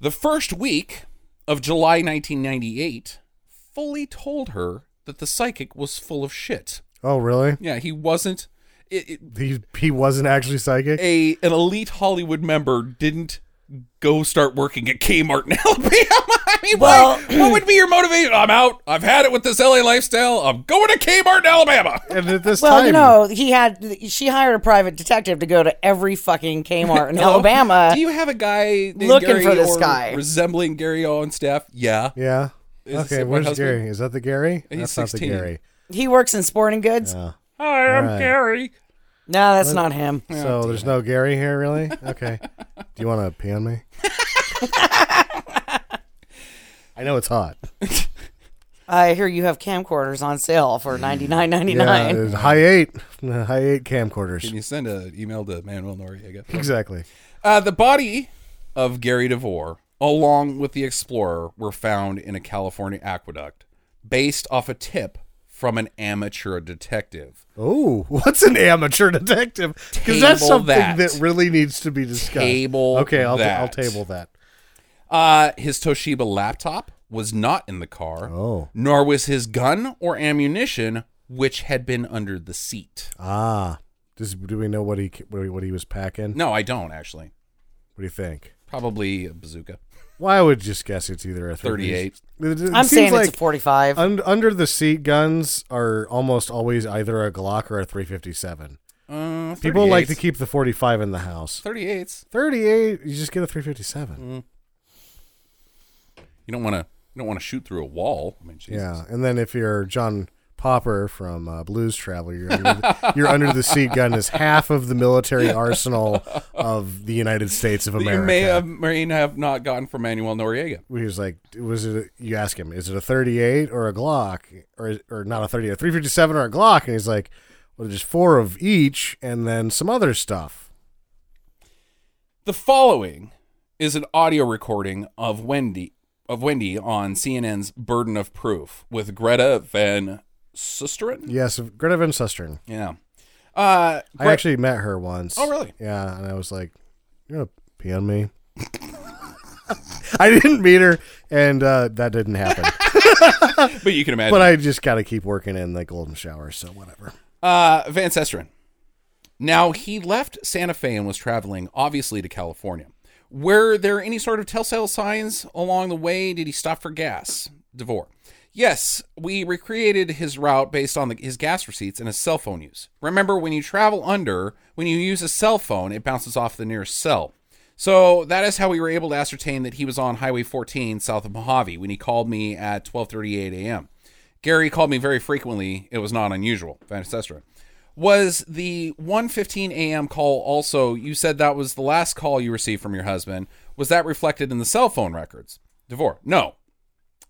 A: The first week of July 1998 fully told her that the psychic was full of shit.
F: Oh really?
A: Yeah, he wasn't. It, it,
F: He he wasn't actually psychic.
A: a an elite Hollywood member didn't go start working at Kmart in Alabama? I mean,
G: Well-
A: what, what would be your motivation? I'm out. I've had it with this LA lifestyle. I'm going to Kmart in Alabama.
F: And at this
G: Well,
F: time,
G: you know, he had she hired a private detective to go to every fucking Kmart in Alabama.
A: Do you have a guy named
G: Uh, Looking
A: Gary
G: for this
A: or
G: guy.
A: resembling Gary Owenstaff? Yeah.
F: yeah.
A: Is
F: okay,
A: it my
F: where's
A: husband?
F: Gary? Is that the Gary?
A: He's
F: That's not
A: 16.
F: the Gary.
G: he works in sporting goods.
A: Hi, I'm
F: Right.
A: Gary.
G: No, that's not him.
F: So there's no Gary here, really? Okay. Do you want to pee on me? I know it's hot.
G: I hear you have camcorders on sale for ninety nine ninety
F: Yeah,
G: nine.
F: it's high eight, high eight
A: Can
F: camcorders.
A: you send an email to Manuel Noriega?
F: Exactly.
A: Uh, the body of Gary DeVore, along with the explorer, were found in a California aqueduct based off a tip from an amateur detective.
F: Oh, what's an amateur detective? Because that's
A: Table
F: something
A: that.
F: that. really needs to be discussed.
A: Table
F: Okay, I'll,
A: that.
F: I'll table that.
A: Uh, his Toshiba laptop was not in the car,
F: Oh.
A: nor was his gun or ammunition, which had been under the seat.
F: Ah, does do we know what he what he, what he was packing?
A: No, I don't actually.
F: What do you think?
A: Probably a bazooka.
F: Well, I would just guess it's either a
A: 38.
F: It, it
G: I'm
F: seems
G: saying
F: like
G: it's a forty five.
F: un- under the seat guns are almost always either a Glock or a 357.
A: Uh,
F: People like to
A: 38s.
F: keep the 45 in the house.
A: 38s.
F: 38, you just get a
A: Mm-hmm.
F: 357.
A: You don't want to. You don't want to shoot through a wall. I mean, Jesus.
F: Yeah, and then if you're John Popper from uh, Blues Traveler, you're under, the, your under the seat gun is half of the military arsenal of the United States of
A: That
F: America.
A: You may have, may have not gotten from Manuel Noriega.
F: he was like, was it? A, you ask him, is it a 38 or a Glock, or or not a 38, a 357 or a Glock? And he's like, well, there's four of each, and then some other stuff.
A: The following is an audio recording of Wendy of Wendy on CNN's Burden of Proof with Greta Van Susteren.
F: Yes, Greta Van Susteren.
A: Yeah. Uh,
F: I
A: Gre-
F: actually met her once.
A: Oh, really?
F: Yeah, and I was like, "You're gonna pee on me." I didn't meet her, and uh, that didn't happen.
A: but you can imagine.
F: but I just gotta keep working in the golden shower, so whatever.
A: Uh, Van Sesteren. Now, he left Santa Fe and was traveling, obviously, to California. Were there any sort of telltale signs along the way? Did he stop for gas? DeVore. Yes, we recreated his route based on the, his gas receipts and his cell phone use. Remember, when you travel under, when you use a cell phone, it bounces off the nearest cell. So that is how we were able to ascertain that he was on Highway 14 south of Mojave when he called me at 12:38 a.m. Gary called me very frequently. It was not unusual. Van Sesteren. Was the 1:15 a.m. call also? You said that was the last call you received from your husband. Was that reflected in the cell phone records? Devore. No.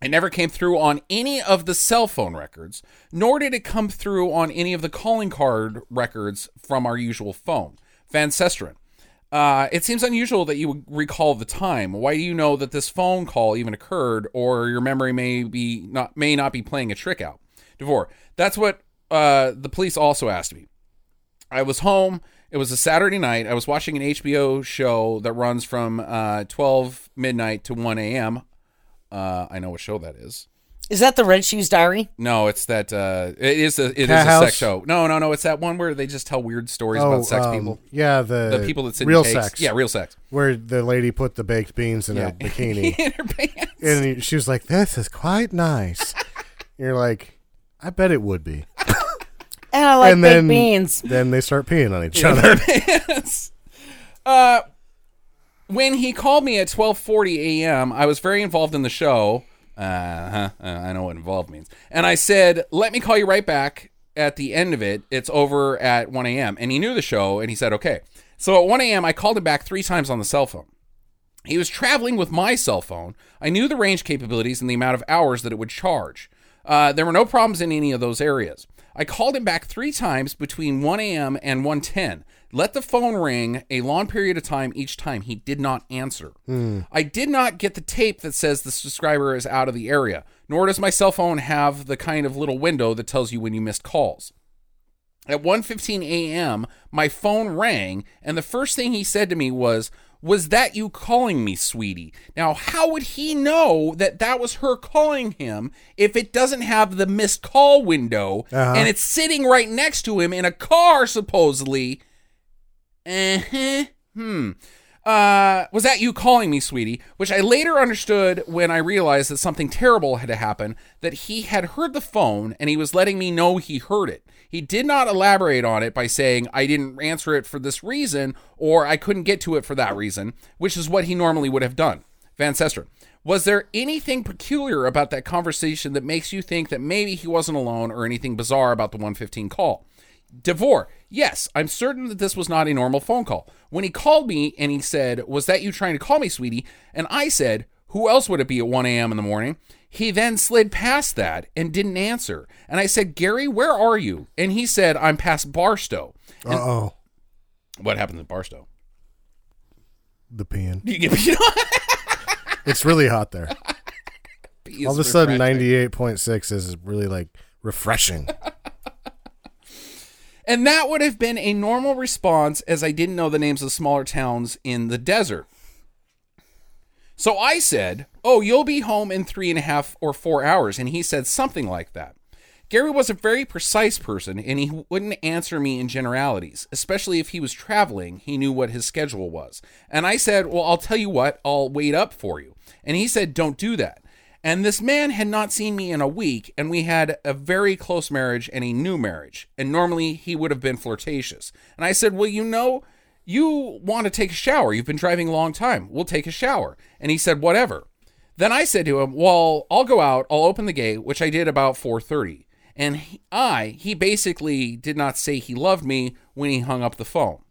A: It never came through on any of the cell phone records, nor did it come through on any of the calling card records from our usual phone. Van Sesteren. Uh, it seems unusual that you would recall the time. Why do you know that this phone call even occurred, or your memory may be not may not be playing a trick out? Devore. That's what uh, the police also asked me. I was home. It was a Saturday night. I was watching an HBO show that runs from uh, 12 midnight to 1 a.m. Uh, I know what show that is.
G: Is that the Red Shoes Diary?
A: No, it's that. Uh, it is a it is
F: Cat
A: a
F: House?
A: sex show. No, no, no. It's that one where they just tell weird stories about sex
F: um,
A: people.
F: Yeah, the
A: The people that sit
F: real
A: in takes.
F: sex.
A: Yeah, real sex.
F: where the lady put the baked beans in her bikini,
A: In her pants.
F: and she was like, "This is quite nice." You're like, "I bet it would be."
G: And I like
F: and
G: baked
F: then
G: beans.
F: then they start peeing on each other.
A: pants. Uh, when he called me at 12:40 a.m., I was very involved in the show. Uh-huh, uh, I know what involved means. And I said, "Let me call you right back." At the end of it, it's over at 1 a.m. And he knew the show, and he said, "Okay." So at 1 a.m., I called him back three times on the cell phone. He was traveling with my cell phone. I knew the range capabilities and the amount of hours that it would charge. Uh, there were no problems in any of those areas. I called him back three times between 1 a.m. and 1:10. Let the phone ring a long period of time each time. He did not answer. I did not get the tape that says the subscriber is out of the area, nor does my cell phone have the kind of little window that tells you when you missed calls. At 1:15 a.m., my phone rang, and the first thing he said to me was, "Was that you calling me, sweetie?" Now, how would he know that that was her calling him if it doesn't have the missed call window
F: Uh-huh.
A: and it's sitting right next to him in a car supposedly? Uh-huh. Hmm. uh, was that you calling me, sweetie? Which I later understood when I realized that something terrible had happened, that he had heard the phone and he was letting me know he heard it. He did not elaborate on it by saying, I didn't answer it for this reason or I couldn't get to it for that reason, which is what he normally would have done. Van Sestrin, was there anything peculiar about that conversation that makes you think that maybe he wasn't alone or anything bizarre about the 115 call? DeVore, yes, I'm certain that this was not a normal phone call. When he called me and he said, Was that you trying to call me, sweetie? And I said, Who else would it be at 1 a.m. in the morning? He then slid past that and didn't answer. And I said, Gary, where are you? And he said, I'm past Barstow.
F: Uh oh,
A: What happened at Barstow?
F: the pan.
A: You get- you know,
F: It's really hot there.
A: it's
F: All of a sudden,
A: refreshing.
F: ninety-eight point six is really like refreshing.
A: And that would have been a normal response as I didn't know the names of smaller towns in the desert. So I said, Oh, you'll be home in three and a half or four hours. And he said something like that. Gary was a very precise person and he wouldn't answer me in generalities, especially if he was traveling. He knew what his schedule was. And I said, Well, I'll tell you what, I'll wait up for you. And he said, Don't do that. And this man had not seen me in a week, and we had a very close marriage and a new marriage. And normally he would have been flirtatious. And I said, Well, you know, you want to take a shower. You've been driving a long time. We'll take a shower. And he said, Whatever. Then I said to him, "Well, I'll go out. I'll open the gate," which I did about 4:30. And he, I, he basically did not say he loved me when he hung up the phone.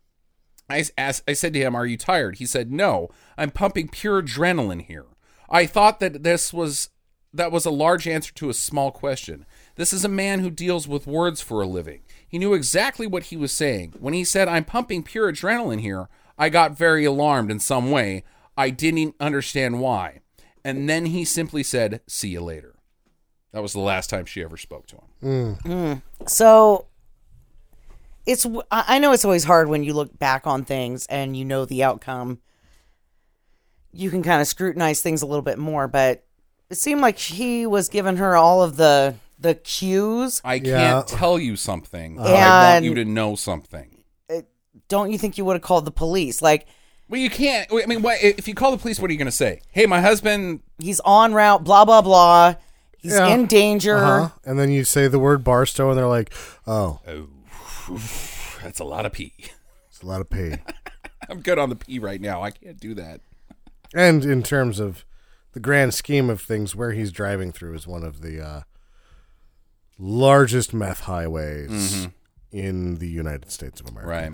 A: I s- asked, I said to him, "Are you tired?" He said, "No. I'm pumping pure adrenaline here." I thought that this was that was a large answer to a small question. This is a man who deals with words for a living. He knew exactly what he was saying. When he said, "I'm pumping pure adrenaline here," I got very alarmed in some way. I didn't understand why. And then he simply said, "See you later." That was the last time she ever spoke to him.
G: So it's w- I I know it's always hard when you look back on things and you know the outcome. You can kind of scrutinize things a little bit more, but it seemed like he was giving her all of the the cues.
A: I
F: Yeah.
A: can't tell you something. but I want
G: And-
A: you to know something.
G: Don't you think you would have called the police? Like
A: Well, you can't. I mean, what, if you call the police, what are you going to say? Hey, my husband.
G: he's on route, blah blah blah. He's
F: Yeah.
G: in danger.
F: Uh-huh. And then you say the word Barstow, and they're like, "Oh,
A: That's a lot of pee.
F: it's a lot of pee."
A: I'm good on the pee right now. I can't do that.
F: and in terms of the grand scheme of things, where he's driving through is one of the uh, largest meth highways
G: Mm-hmm.
F: in the United States of America.
A: Right.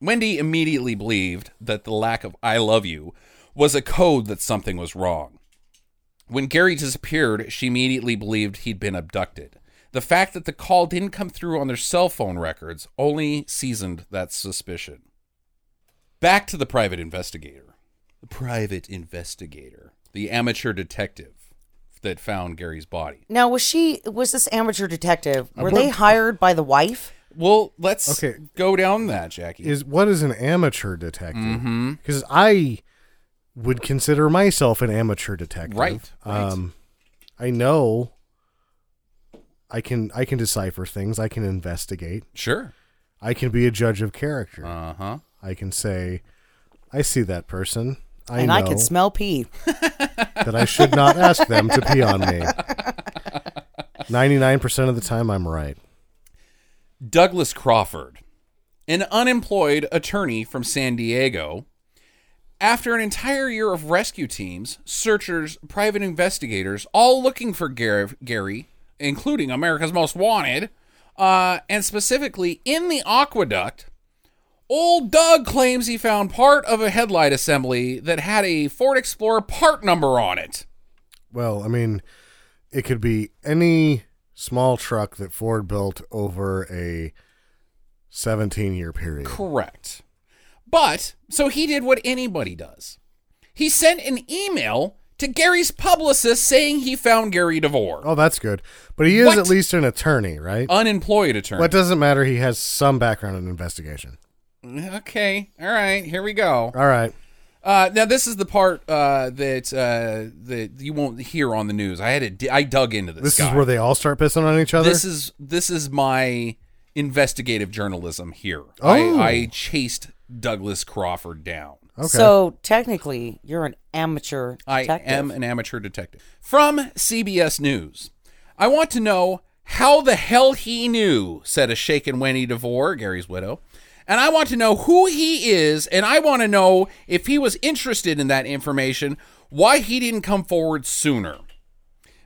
A: Wendy immediately believed that the lack of I love you was a code that something was wrong. When Gary disappeared, she immediately believed he'd been abducted. The fact that the call didn't come through on their cell phone records only seasoned that suspicion. Back to the private investigator. The private investigator, the amateur detective that found Gary's body.
G: Now was she was this amateur detective? Were they hired by the wife?
A: Well, let's
F: Okay.
A: go down that, Jackie.
F: Is what is an amateur detective?
A: Mm-hmm.
F: Because I would consider myself an amateur detective.
A: Right, right.
F: Um, I know. I can I can decipher things. I can investigate.
A: sure.
F: I can be a judge of character.
A: Uh huh.
F: I can say, I see that person. I
G: and
F: know
G: I could smell pee.
F: that I should not ask them to pee on me. 99% of the time, I'm right.
A: Douglas Crawford, an unemployed attorney from San Diego, after an entire year of rescue teams, searchers, private investigators, all looking for Gar- Gary, including America's Most Wanted, uh, and specifically in the aqueduct, old Doug claims he found part of a headlight assembly that had a Ford Explorer part number on it.
F: Well, I mean, it could be any small truck that Ford built over a 17 year period.
A: Correct. But so he did what anybody does. He sent an email to Gary's publicist saying he found Gary DeVore,
F: Oh, that's good. But he is
A: What? Oh,
F: at least an attorney, right?
A: unemployed attorney.
F: What doesn't matter, he has some background in investigation.
A: okay, all right, here we go.
F: All right.
A: Uh, now this is the part uh, that uh, that you won't hear on the news. I had to, d- I dug into this.
F: This
A: guy.
F: is where they all start pissing on each other.
A: This is this is my investigative journalism here.
F: Oh.
A: I, I chased Douglas Crawford down.
F: Okay.
G: So technically, you're an amateur
A: I
G: detective.
A: am an amateur detective. From CBS News. I want to know how the hell he knew, said a shaken Winnie DeVore, Gary's widow. And I want to know who he is, and I want to know if he was interested in that information, why he didn't come forward sooner.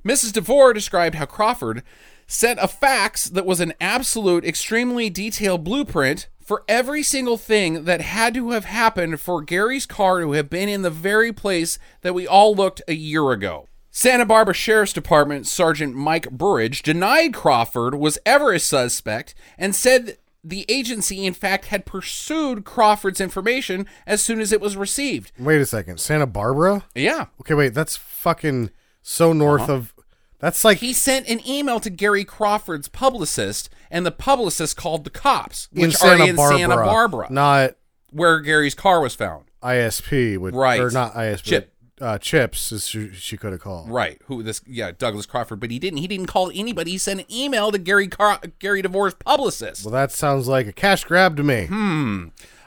A: Mrs. DeVore described how Crawford sent a fax that was an absolute, extremely detailed blueprint for every single thing that had to have happened for Gary's car to have been in the very place that we all looked a year ago. Santa Barbara Sheriff's Department Sergeant Mike Burridge denied Crawford was ever a suspect and said the agency, in fact, had pursued Crawford's information as soon as it was received.
F: Wait a second. Santa Barbara?
A: Yeah.
F: Okay, wait. That's fucking so north of. That's like
A: Uh-huh. He sent an email to Gary Crawford's publicist, and the publicist called the cops, which
F: in
A: are
F: Santa
A: in
F: Barbara,
A: Santa Barbara,
F: not
A: where Gary's car was found.
F: ISP. With,
A: Right.
F: Or not ISP.
A: Chip.
F: Uh, Chips is she, she could have called.
A: Right? Who this? Yeah, Douglas Crawford. But he didn't. He didn't call anybody. He sent an email to Gary Car- Gary DeVore's publicist.
F: Well, that sounds like a cash grab to me.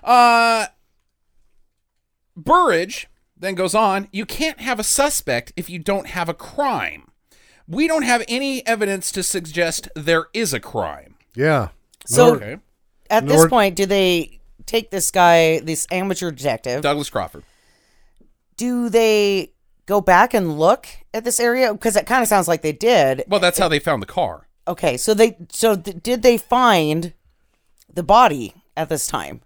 A: Uh, Burridge then goes on. You can't have a suspect if you don't have a crime. We don't have any evidence to suggest there is a crime.
F: Yeah.
G: So
F: Nor-
A: Okay,
G: at
F: nor-
G: this point, do they take this guy, this amateur detective?
A: Douglas Crawford.
G: do they go back and look at this area? Because it kind of sounds like they did.
A: Well, that's how they found the car.
G: Okay, so they so th- did they find the body at this time?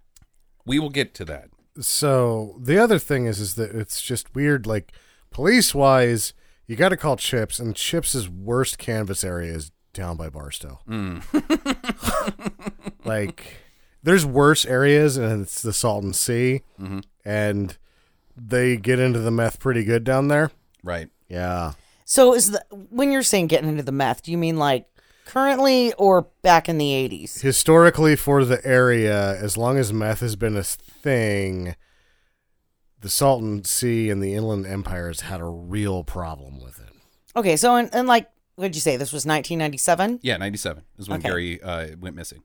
A: We will get to that.
F: so the other thing is is that it's just weird like police wise you got to call chips and chips's worst canvas area is down by barstow like there's worse areas and it's the salton sea and they get into the meth pretty good down there
A: Right.
F: yeah
G: So is the when you're saying getting into the meth, do you mean like currently or back in the eighties?
F: historically for the area as long as meth has been a thing the salton sea and the inland empire has had a real problem with it
G: Okay, so and and like what'd you say? This was 1997.
A: Yeah, 97 is when
G: Okay.
A: Gary uh, went missing.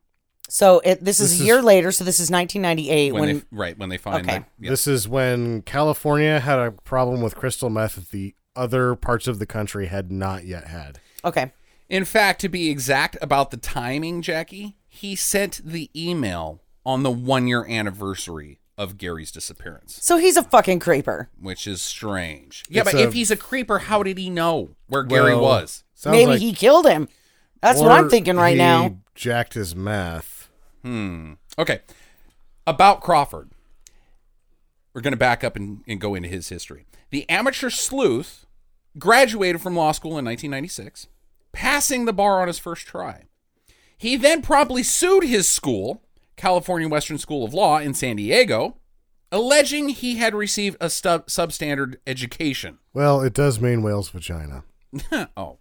G: So it, this is
F: This
G: a
F: is-
G: year later. So this is 1998
A: When,
G: when,
A: they right when they find
G: Okay.
A: that- yeah.
F: This is when California had a problem with crystal meth that the other parts of the country had not yet had.
G: okay.
A: In fact, to be exact about the timing, Jackie, he sent the email on the one year anniversary of Gary's disappearance,
G: So he's a fucking creeper.
A: which is strange. Yeah,
F: It's
A: but
F: a-
A: if he's a creeper, how did he know where Gary
F: Well,
A: was?
F: Sounds
G: Maybe
F: like-
G: he killed him. That's what
F: or
G: I'm thinking right
F: he
G: now.
F: Jacked his meth.
A: Okay. About Crawford. We're going to back up and, and go into his history. The amateur sleuth graduated from law school in 1996, passing the bar on his first try. He then promptly sued his school, California Western School of Law in San Diego, alleging he had received a stu- substandard education.
F: Well, it does mean whale's vagina.
A: oh.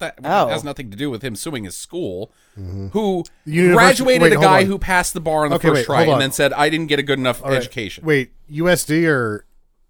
A: That
G: Oh.
A: has nothing to do with him suing his school, who
F: University-
A: graduated
F: Mm-hmm. wait,
A: a
F: hold
A: guy
F: on.
A: who passed the bar on the
F: Okay,
A: first
F: wait,
A: try
F: hold on.
A: and then said, I didn't get a good enough
F: All right,
A: education.
F: Wait, USD or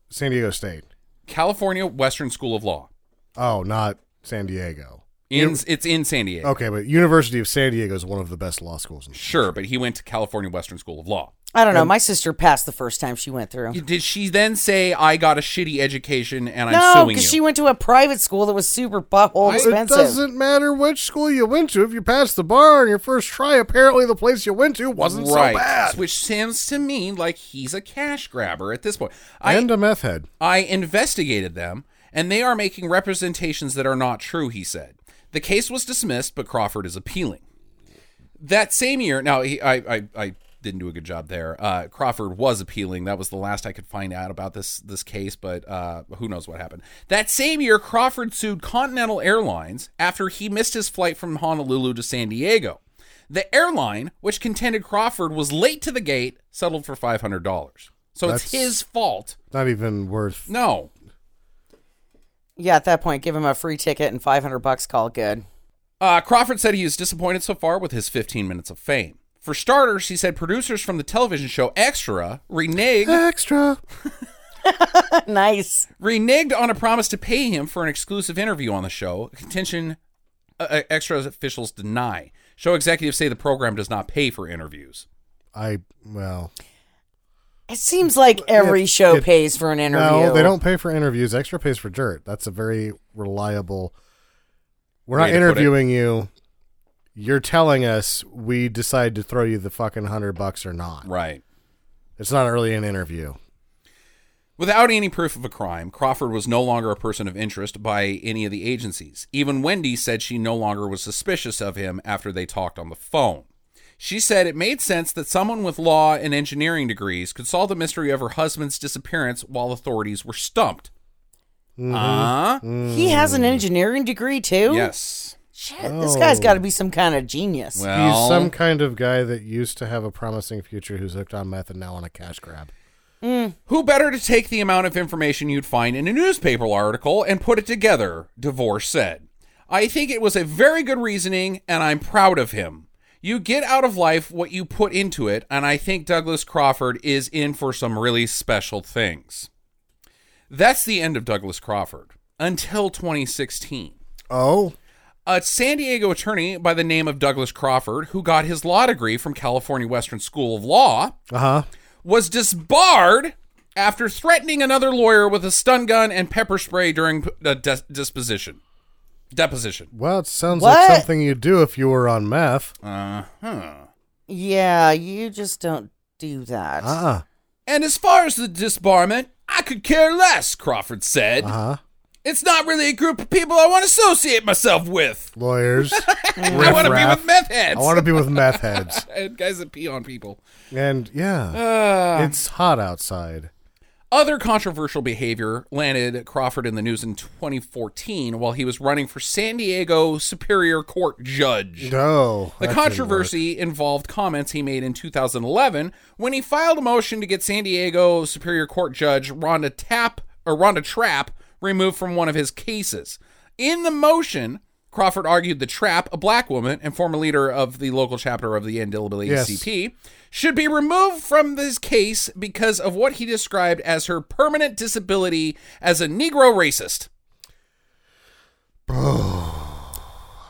F: San Diego State?
A: California Western School of Law.
F: Oh, not San Diego.
A: In, it's in San Diego.
F: Okay, but University of San Diego is one of the best law schools. In
A: Sure, but he went to California Western School of Law.
G: I don't know. My sister passed the first time she went through.
A: Did she then say, I got a shitty education and I'm
G: no,
A: suing you?
G: she went to a private school that was super butthole
F: It
G: expensive.
F: doesn't matter which school you went to. If you passed the bar on your first try, apparently the place you went to wasn't
A: right.
F: so bad.
A: Which sounds to me like he's a cash grabber at this point. I,
F: And a meth head.
A: I investigated them, and they are making representations that are not true, he said. The case was dismissed, but Crawford is appealing. That same year, now he, I, I, I didn't do a good job there. Uh, Crawford was appealing. That was the last I could find out about this this case, but uh, who knows what happened. That same year, Crawford sued Continental Airlines after he missed his flight from Honolulu to San Diego. The airline, which contended Crawford was late to the gate, settled for five hundred dollars. So
F: That's-
A: it's his fault.
F: Not even worth.
A: No,
G: yeah, at that point, give him a free ticket and 500 bucks call good.
A: Uh, Crawford said he is disappointed so far with his 15 minutes of fame. For starters, he said producers from the television show Extra reneged,
F: Extra.
G: nice.
A: reneged on a promise to pay him for an exclusive interview on the show. Contention uh, uh, Extra officials deny. Show executives say the program does not pay for interviews.
F: I well,
G: It seems like every
F: It-
G: show
F: it-
G: pays for an interview.
F: no, they don't pay for interviews. Extra pays for dirt. That's a very reliable. We're
A: Way
F: not
A: to put it.
F: interviewing you. You're telling us we decide to throw you the fucking hundred bucks or not.
A: Right.
F: It's not really an interview.
A: Without any proof of a crime, Crawford was no longer a person of interest by any of the agencies. Even Wendy said she no longer was suspicious of him after they talked on the phone. She said it made sense that someone with law and engineering degrees could solve the mystery of her husband's disappearance while authorities were stumped.
F: Mm-hmm.
A: Uh,
G: He has an engineering degree too.
A: yes.
G: Shit, this guy's
F: Hmm. Oh.
G: got to be some kind of genius.
A: Well,
F: He's some kind of guy that used to have a promising future who's hooked on meth and now on a cash grab.
A: Who better to take the amount of information you'd find in a newspaper article and put it together, DeVore said. I think it was a very good reasoning, and I'm proud of him. You get out of life what you put into it, and I think Douglas Crawford is in for some really special things. That's the end of Douglas Crawford until 2016
F: Oh,
A: a San Diego attorney by the name of Douglas Crawford, who got his law degree from California Western School of Law,
F: Uh-huh.
A: was disbarred after threatening another lawyer with a stun gun and pepper spray during the dis- disposition. Deposition.
F: well, it sounds
G: What?
F: like something you'd do if you were on meth.
A: Uh huh.
G: Yeah, you just don't do that.
F: Uh-uh.
A: And as far as the disbarment, I could care less, Crawford said.
F: Uh-huh.
A: It's not really a group of people I want to associate myself with.
F: Lawyers.
A: I want to be with meth heads.
F: I want to be with meth heads.
A: and guys that pee on people.
F: And yeah,
A: Uh,
F: it's hot outside.
A: Other controversial behavior landed Crawford in the news in 2014 while he was running for San Diego Superior Court judge.
F: No.
A: The
F: that didn't
A: controversy involved comments he made in 2011 when he filed a motion to get San Diego Superior Court Judge Rhonda Tapp or Rhonda Trapp removed from one of his cases. In the motion, Crawford argued the Trapp, a black woman and former leader of the local chapter of the NAACP, should be removed from this case because of what he described as her permanent disability as a Negro racist.
G: oh,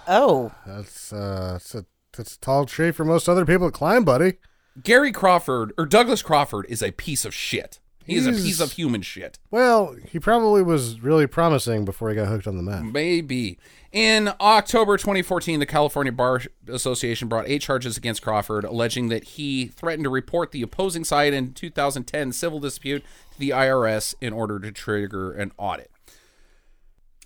F: work. That's uh it's a that's a tall tree for most other people to climb, buddy.
A: Gary Crawford or Douglas Crawford is a piece of shit. He is a
F: He's-
A: piece of human shit.
F: Well, he probably was really promising before he got hooked on the
A: Mm.
F: meth.
A: Maybe. In October 2014, the California Bar Association brought eight charges against Crawford, alleging that he threatened to report the opposing side in 2010 civil dispute to the IRS in order to trigger an audit.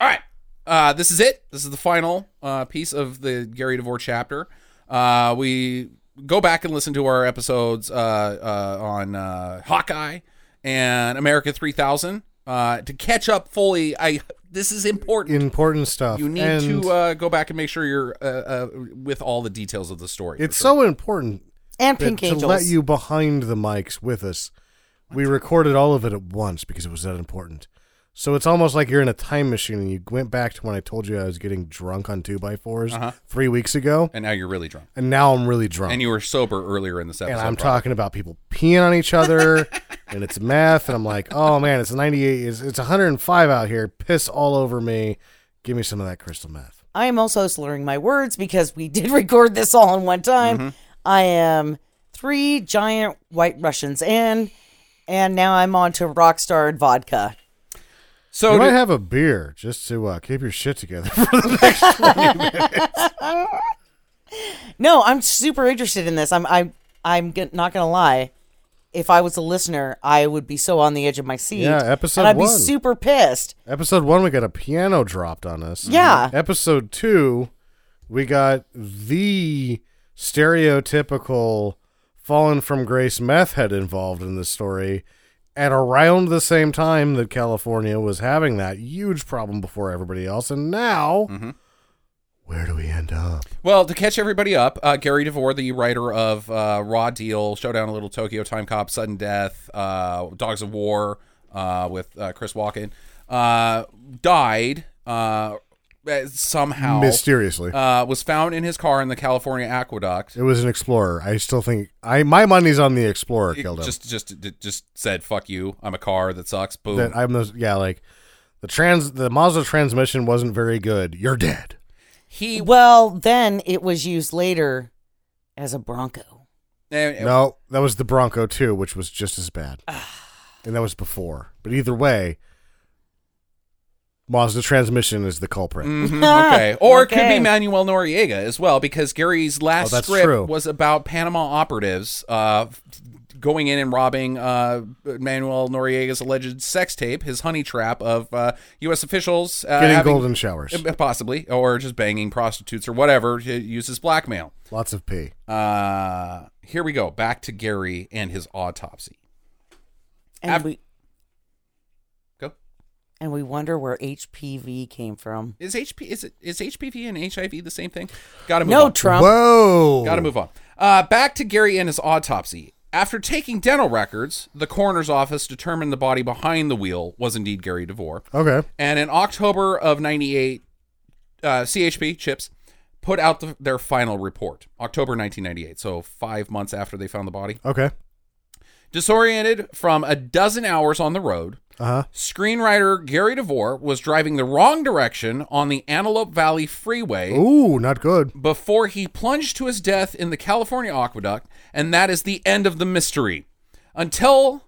A: All right. Uh, this is it. This is the final uh, piece of the Gary DeVore chapter. Uh, we go back and listen to our episodes uh, uh, on uh, Hawkeye and America 3000 uh, to catch up fully. I this is important.
F: Important stuff.
A: You need
F: And
A: to uh, go back and make sure you're uh, uh, with all the details of the story. for
F: It's
A: sure.
F: so important
G: and
F: that
G: Pink
F: to
G: Angels.
F: let you behind the mics with us. We recorded all of it at once because it was that important. So it's almost like you're in a time machine and you went back to when I told you I was getting drunk on two by 4s three weeks ago,
A: And now you're really drunk.
F: and now I'm really drunk.
A: Uh-huh. And you were sober earlier in this episode.
F: and I'm
A: probably.
F: talking about people peeing on each other, and it's meth, and I'm like, oh man, it's 98, it's, it's 105 out here, piss all over me. Give me some of that crystal meth.
G: I am also slurring my words because we did record this all in one time.
F: Mm-hmm.
G: I am three giant white Russians in, and now I'm on to Rockstar and vodka.
A: So
F: You might
A: do-
F: have a beer just to uh, keep your shit together.
G: No, I'm super interested in this. I'm I'm I'm g- not gonna lie. If I was a listener, I would be so on the edge of my seat.
F: Yeah, episode
G: and I'd
F: one.
G: be super pissed.
F: Episode one, we got a piano dropped on us.
G: Yeah.
F: Episode two, we got the stereotypical fallen from grace meth head involved in the story at around the same time that California was having that huge problem before everybody else. And now,
A: Mm-hmm.
F: where do we end up?
A: Well, to catch everybody up, uh, Gary DeVore, the writer of uh, Raw Deal, Showdown in Little Tokyo, Time Cop, Sudden Death, uh, Dogs of War uh, with uh, Chris Walken, uh, died uh, eh, somehow.
F: Mysteriously.
A: Uh, was found in his car in the California aqueduct.
F: it was an explorer. I still think I my money's on the explorer killed him.
A: Just, just, just said, "Fuck you! I'm a car that sucks." Boom.
F: that I'm the yeah like the trans the Mazda transmission wasn't very good. You're dead.
A: He
G: Well, then it was used later as a Bronco.
A: eh,
F: No, that was the Bronco too, which was just as bad. and that was before. But either way, Mazda transmission is the culprit.
A: Mm, Mm-hmm. okay, or it could
G: Okay.
A: be Manuel Noriega as well, because Gary's last
F: Oh, that's
A: script
F: true.
A: was about Panama operatives uh, f- going in and robbing uh, Manuel Noriega's alleged sex tape, his honey trap of uh, U.S. officials uh,
F: Getting
A: having-
F: golden showers.
A: Uh, possibly, or just banging prostitutes or whatever. He uses blackmail.
F: Lots of pee.
A: Uh, here we go. Back to Gary and his autopsy.
G: And
A: Ab-
G: we
A: Go.
G: and we wonder where HPV came from.
A: Is HP is it is HPV and HIV the same thing? Got to move
G: No,
A: on.
G: Trump.
F: Whoa.
A: Got to move on. Uh, back to Gary and his autopsy. After taking dental records, the coroner's office determined the body behind the wheel was indeed Gary DeVore.
F: Okay.
A: And in October of 98, uh, CHP, CHIPS, put out the, their final report, October 1998. So five months after they found the body.
F: Okay.
A: Disoriented from a dozen hours on the road,
F: Uh huh.
A: screenwriter Gary DeVore was driving the wrong direction on the Antelope Valley Freeway
F: Ooh, not good.
A: before he plunged to his death in the California aqueduct, and that is the end of the mystery. Until,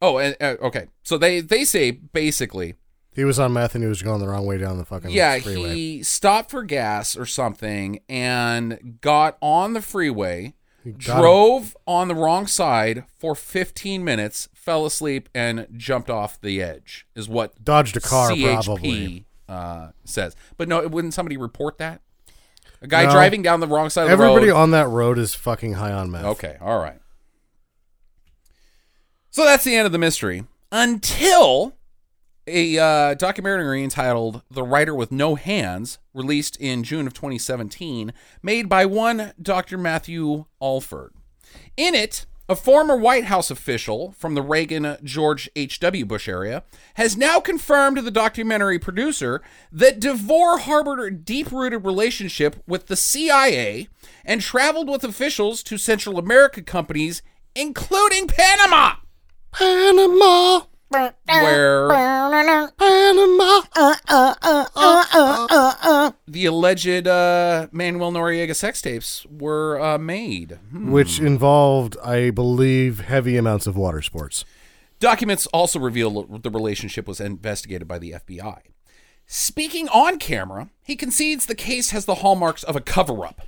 A: oh, and, uh, okay. So they they say basically,
F: He was on meth and he was going the wrong way down the fucking
A: yeah,
F: freeway.
A: he stopped for gas or something and got on the freeway,
F: got him.
A: drove on the wrong side for 15 minutes, fell asleep, and jumped off the edge. Is what
F: Dodged a car,
A: CHP
F: probably.
A: Uh, says. But no, wouldn't somebody report that? A guy
F: No.
A: driving down the wrong side of the road.
F: Everybody on that road is fucking high on meth.
A: Okay, all right. So that's the end of the mystery until a uh, documentary entitled "The Writer with No Hands," released in June of 2017, made by one Dr. Matthew Alford. In it, a former White House official from the Reagan uh, George H.W. Bush area has now confirmed to the documentary producer that DeVore harbored a deep rooted relationship with the CIA and traveled with officials to Central America companies, including Panama,
F: Panama.
A: where
F: Panama.
A: the alleged uh, Manuel Noriega sex tapes were uh, made. Hmm.
F: Which involved, I believe, heavy amounts of water sports.
A: Documents also reveal the relationship was investigated by the FBI. Speaking on camera, he concedes the case has the hallmarks of a cover up.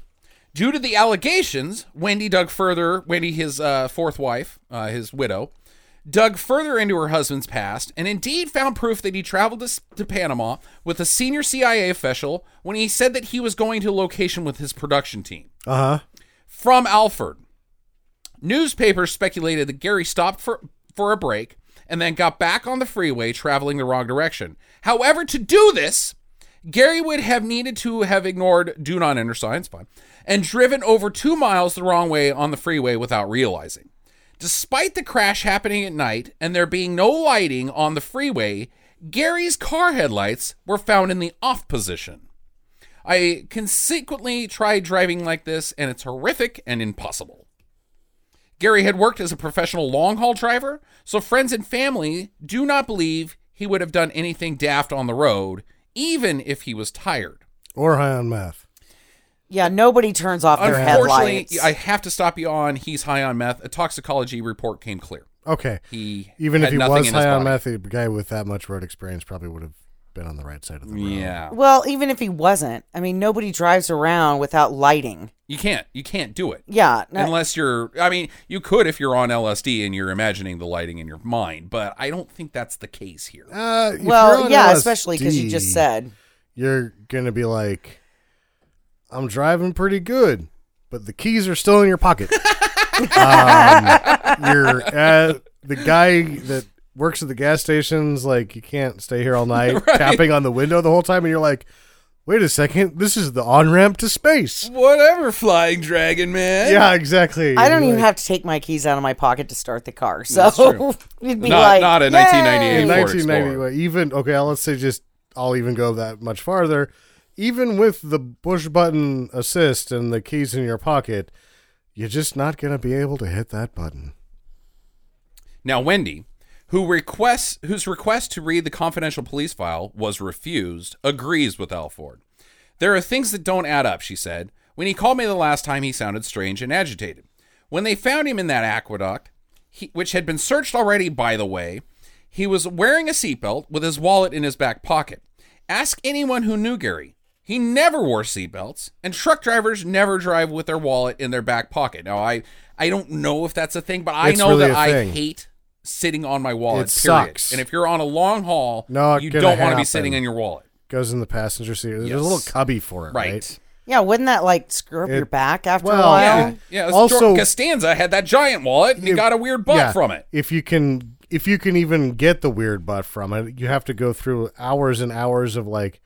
A: Due to the allegations, Wendy dug further, Wendy, his uh, fourth wife, uh, his widow, dug further into her husband's past and indeed found proof that he traveled to, to Panama with a senior CIA official when he said that he was going to a location with his production team
F: Uh huh.
A: from Alford. Newspapers speculated that Gary stopped for, for a break and then got back on the freeway traveling the wrong direction. However, to do this, Gary would have needed to have ignored do not enter signs fine, and driven over two miles the wrong way on the freeway without realizing. Despite the crash happening at night and there being no lighting on the freeway, Gary's car headlights were found in the off position. I consequently tried driving like this, and it's horrific and impossible. Gary had worked as a professional long haul driver, so friends and family do not believe he would have done anything daft on the road, even if he was tired.
F: Or high on meth.
G: Yeah, nobody turns off their
A: Unfortunately,
G: headlights.
A: I have to stop you on. He's high on meth. A toxicology report came clear.
F: Okay.
A: He
F: Even if
A: had
F: he
A: nothing
F: was
A: in his
F: high on
A: body.
F: meth, a guy with that much road experience probably would have been on the right side of the road.
A: Yeah,
G: well, even if he wasn't, I mean, nobody drives around without lighting.
A: you can't. You can't do it.
G: Yeah, no-
A: Unless you're, I mean, you could if you're on LSD and you're imagining the lighting in your mind, but I don't think that's the case here.
F: Uh, if you're
G: well,
F: on
G: yeah,
F: LSD,
G: especially because you just said
F: you're gonna be like, I'm driving pretty good, but the keys are still in your pocket. um, you're uh, the guy that works at the gas stations. Like, you can't stay here all night tapping on the window the whole time, and you're like. Wait a second! This is the on ramp to space.
A: Whatever, flying dragon man.
F: Yeah, exactly.
G: I don't
F: You're
G: even
F: like-
G: have to take my keys out of my pocket to start the car. So
A: true.
G: it'd be
A: Not-
G: like
A: not in
G: "Yay!"
A: 1998.
F: in
A: Ford
F: 1990,
A: Explorer.
F: well, even okay, let's say just I'll even go that much farther. Even with the push button assist and the keys in your pocket, you're just not gonna be able to hit that button.
A: Now Wendy, who requests whose request to read the confidential police file was refused, agrees with Alford. There are things that don't add up, she said. When he called me the last time, he sounded strange and agitated. When they found him in that aqueduct, he, which had been searched already, by the way, he was wearing a seatbelt with his wallet in his back pocket. Ask anyone who knew Gary. He never wore seatbelts, and truck drivers never drive with their wallet in their back pocket. Now, I, I don't know if that's a thing, but I
F: It's
A: know
F: really
A: that
F: a
A: I
F: thing.
A: hate sitting on my wallet.
F: It
A: period.
F: sucks.
A: And if you're on a long haul,
F: Not
A: you
F: gonna
A: don't want to be
F: happen.
A: sitting in your wallet.
F: Goes in the passenger seat. There's
A: Yes.
F: a little cubby for it, right?
A: Right.
G: Yeah, wouldn't that like screw up your
F: It-
G: back after a
F: well,
G: while?
A: Yeah. Yeah.
F: Also-
A: Also, Costanza had that giant wallet and he
F: It-
A: got a weird butt
F: yeah,
A: from it.
F: If you can, if you can even get the weird butt from it, you have to go through hours and hours of like,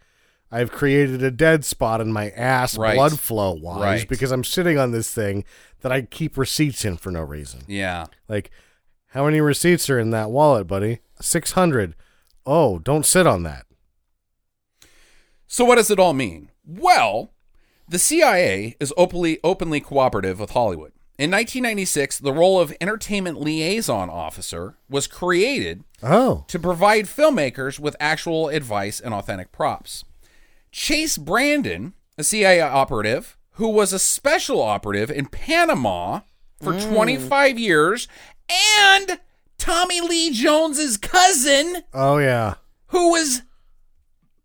F: I've created a dead spot in my ass,
A: Right.
F: blood flow wise,
A: Right.
F: because I'm sitting on this thing that I keep receipts in for no reason.
A: Yeah.
F: Like, how many receipts are in that wallet, buddy? Six hundred. Oh, don't sit on that.
A: So what does it all mean? Well, the CIA is openly openly cooperative with Hollywood. In 1996, the role of entertainment liaison officer was created
F: Oh,
A: to provide filmmakers with actual advice and authentic props. Chase Brandon, a CIA operative who was a special operative in Panama for
F: Mm.
A: 25 years, and Tommy Lee Jones's cousin,
F: oh yeah.
A: who was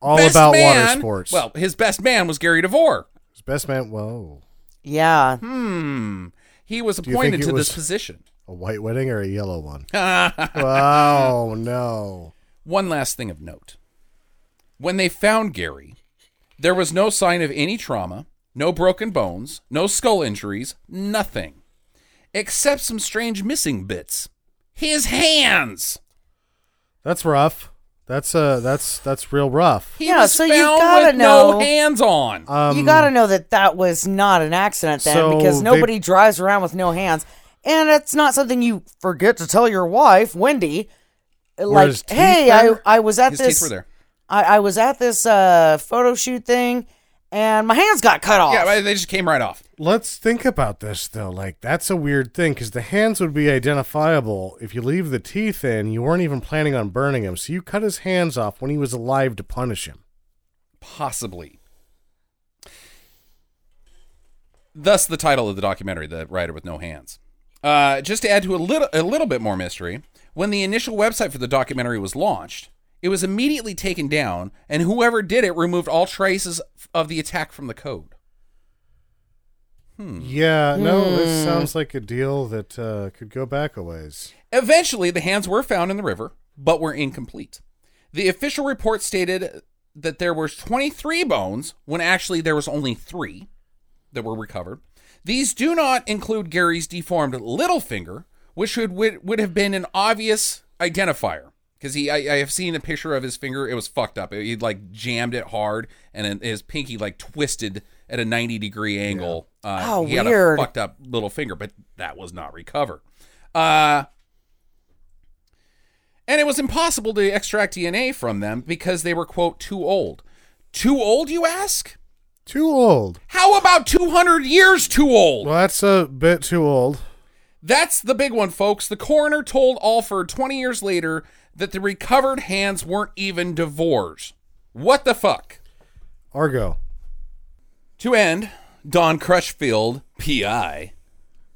F: All
A: best
F: about
A: man,
F: water sports.
A: Well, his best man was Gary DeVore.
F: His best man. Whoa,
G: Yeah.
A: Hmm. He was
F: you think
A: appointed
F: it
A: to this
F: was-
A: position.
F: a white wedding or a yellow one? oh no.
A: One last thing of note. When they found Gary, there was no sign of any trauma, no broken bones, no skull injuries, nothing. Except some strange missing bits. His hands.
F: That's rough. That's uh that's that's real rough.
A: He
G: Yeah,
A: was
G: so you
A: found
G: gotta
A: with no
G: know-
A: hands on.
F: Um,
G: you got to know that that was not an accident then
F: so
G: because
F: they-
G: nobody drives around with no hands. And it's not something you forget to tell your wife, Wendy. Like,
F: his teeth
G: hey, I,
F: there?
G: I was at
A: His
G: this
A: teeth were there.
G: I, I was at this uh, photo shoot thing and my hands got cut off.
A: Yeah, but they just came right off.
F: Let's think about this though. Like that's a weird thing because the hands would be identifiable if you leave the teeth in. You weren't even planning on burning him, so you cut his hands off when he was alive to punish him.
A: Possibly. Thus, the title of the documentary, "The Writer with No Hands." Uh, just to add to a little, a little bit more mystery, when the initial website for the documentary was launched, it was immediately taken down, and whoever did it removed all traces of the attack from the code.
F: Yeah, no, this sounds like a deal that uh, could go back a ways.
A: Eventually, the hands were found in the river, but were incomplete. The official report stated that there were 23 bones when actually there was only 3 that were recovered. These do not include Gary's deformed little finger, which would would, would have been an obvious identifier because he I, I have seen a picture of his finger. It was fucked up. He like jammed it hard, and then his pinky like twisted at a 90 degree angle. Uh,
G: Oh,
A: he
G: weird.
A: had a fucked up little finger, but that was not recovered. Uh, and it was impossible to extract DNA from them because they were quote too old. Too old, you ask?
F: Too old.
A: How about 200 years too old?
F: Well, that's a bit too old.
A: That's the big one, folks. The coroner told Alford 20 years later that the recovered hands weren't even DeVore's. What the fuck?
F: Argo,
A: To end, Don Crutchfield, PI.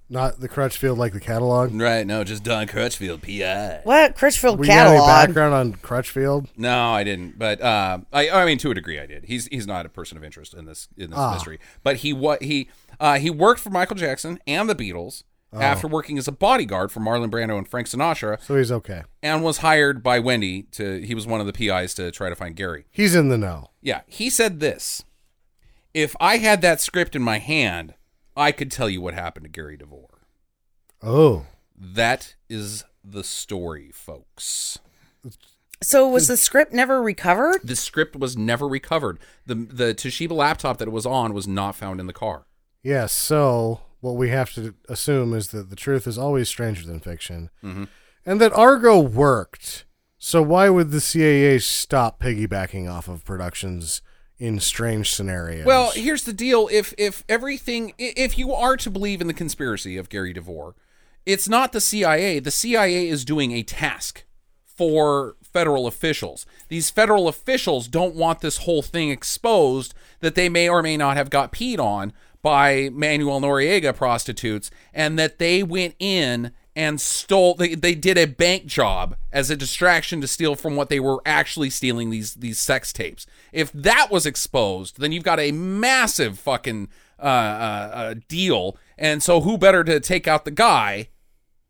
F: not the Crutchfield like the catalog.
A: Right, no, just Don Crutchfield, PI.
G: What? Critchfield
F: We got any
G: catalog.
F: background on Crutchfield?
A: No, I didn't. But uh, I, I mean, to a degree, I did. He's he's not a person of interest in this in this
F: Ah.
A: mystery. But he what he uh, he worked for Michael Jackson and the Beatles after working as a bodyguard for Marlon Brando and Frank Sinatra,
F: So he's okay.
A: and was hired by Wendy to he was one of the PIs to try to find Gary.
F: He's in the know.
A: Yeah, he said this. If I had that script in my hand, I could tell you what happened to Gary DeVore.
F: Oh,
A: That is the story, folks.
G: So was the script never recovered?
A: The script was never recovered. The the Toshiba laptop that it was on was not found in the car.
F: Yes. So what we have to assume is that the truth is always stranger than fiction, and that Argo worked. So why would the CAA stop piggybacking off of productions in strange scenarios?
A: Well, here's the deal: if if everything, i- if you are to believe in the conspiracy of Gary DeVore, it's not the CIA. The CIA is doing a task for federal officials. These federal officials don't want this whole thing exposed that they may or may not have got peed on by Manuel Noriega prostitutes and that they went in and stole they, they did a bank job as a distraction to steal from what they were actually stealing these these sex tapes if that was exposed then you've got a massive fucking uh, uh, uh, deal and so who better to take out the guy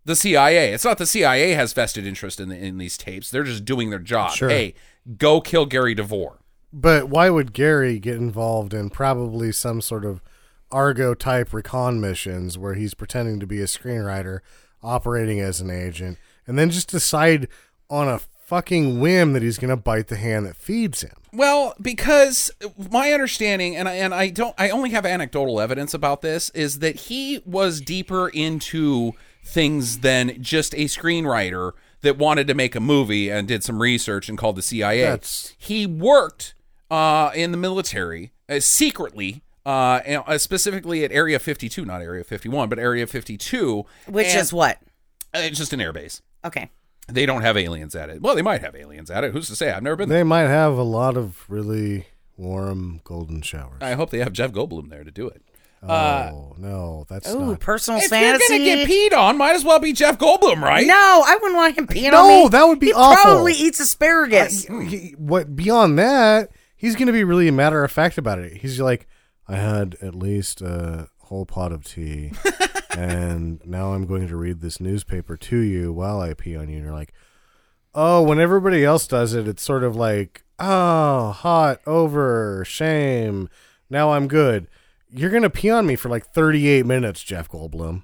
A: the CIA. It's not the CIA has vested interest in the, in these tapes. They're just doing their job.
F: Sure.
A: Hey, go kill Gary DeVore.
F: But why would Gary get involved in probably some sort of Argo type recon missions where he's pretending to be a screenwriter, operating as an agent, and then just decide on a fucking whim that he's going to bite the hand that feeds him?
A: Well, because my understanding, and I, and I don't, I only have anecdotal evidence about this, is that he was deeper into things than just a screenwriter that wanted to make a movie and did some research and called the CIA.
F: That's-
A: He worked uh, in the military uh, secretly. Uh, and, uh, specifically at Area 52, not Area 51, but Area 52,
G: Which
A: and-
G: is what?
A: uh, it's just an airbase.
G: Okay.
A: They don't have aliens at it. Well, they might have aliens at it. Who's to say? I've never been. there.
F: They might have a lot of really warm golden showers.
A: I hope they have Jeff Goldblum there to do it.
F: oh, no, that's
G: Ooh,
F: not.
G: personal
A: If
G: fantasy.
A: you're gonna get peed on, might as well be Jeff Goldblum, right?
G: No, I wouldn't want him peeing on me.
F: No, that would be
G: he
F: awful.
G: probably eats asparagus.
F: He- what beyond that, he's going to be really matter of fact about it. He's like, I had at least a whole pot of tea, and now I'm going to read this newspaper to you while I pee on you. And you're like, oh, when everybody else does it, it's sort of like, oh, hot, over, shame. Now I'm good. You're going to pee on me for like 38 minutes, Jeff Goldblum.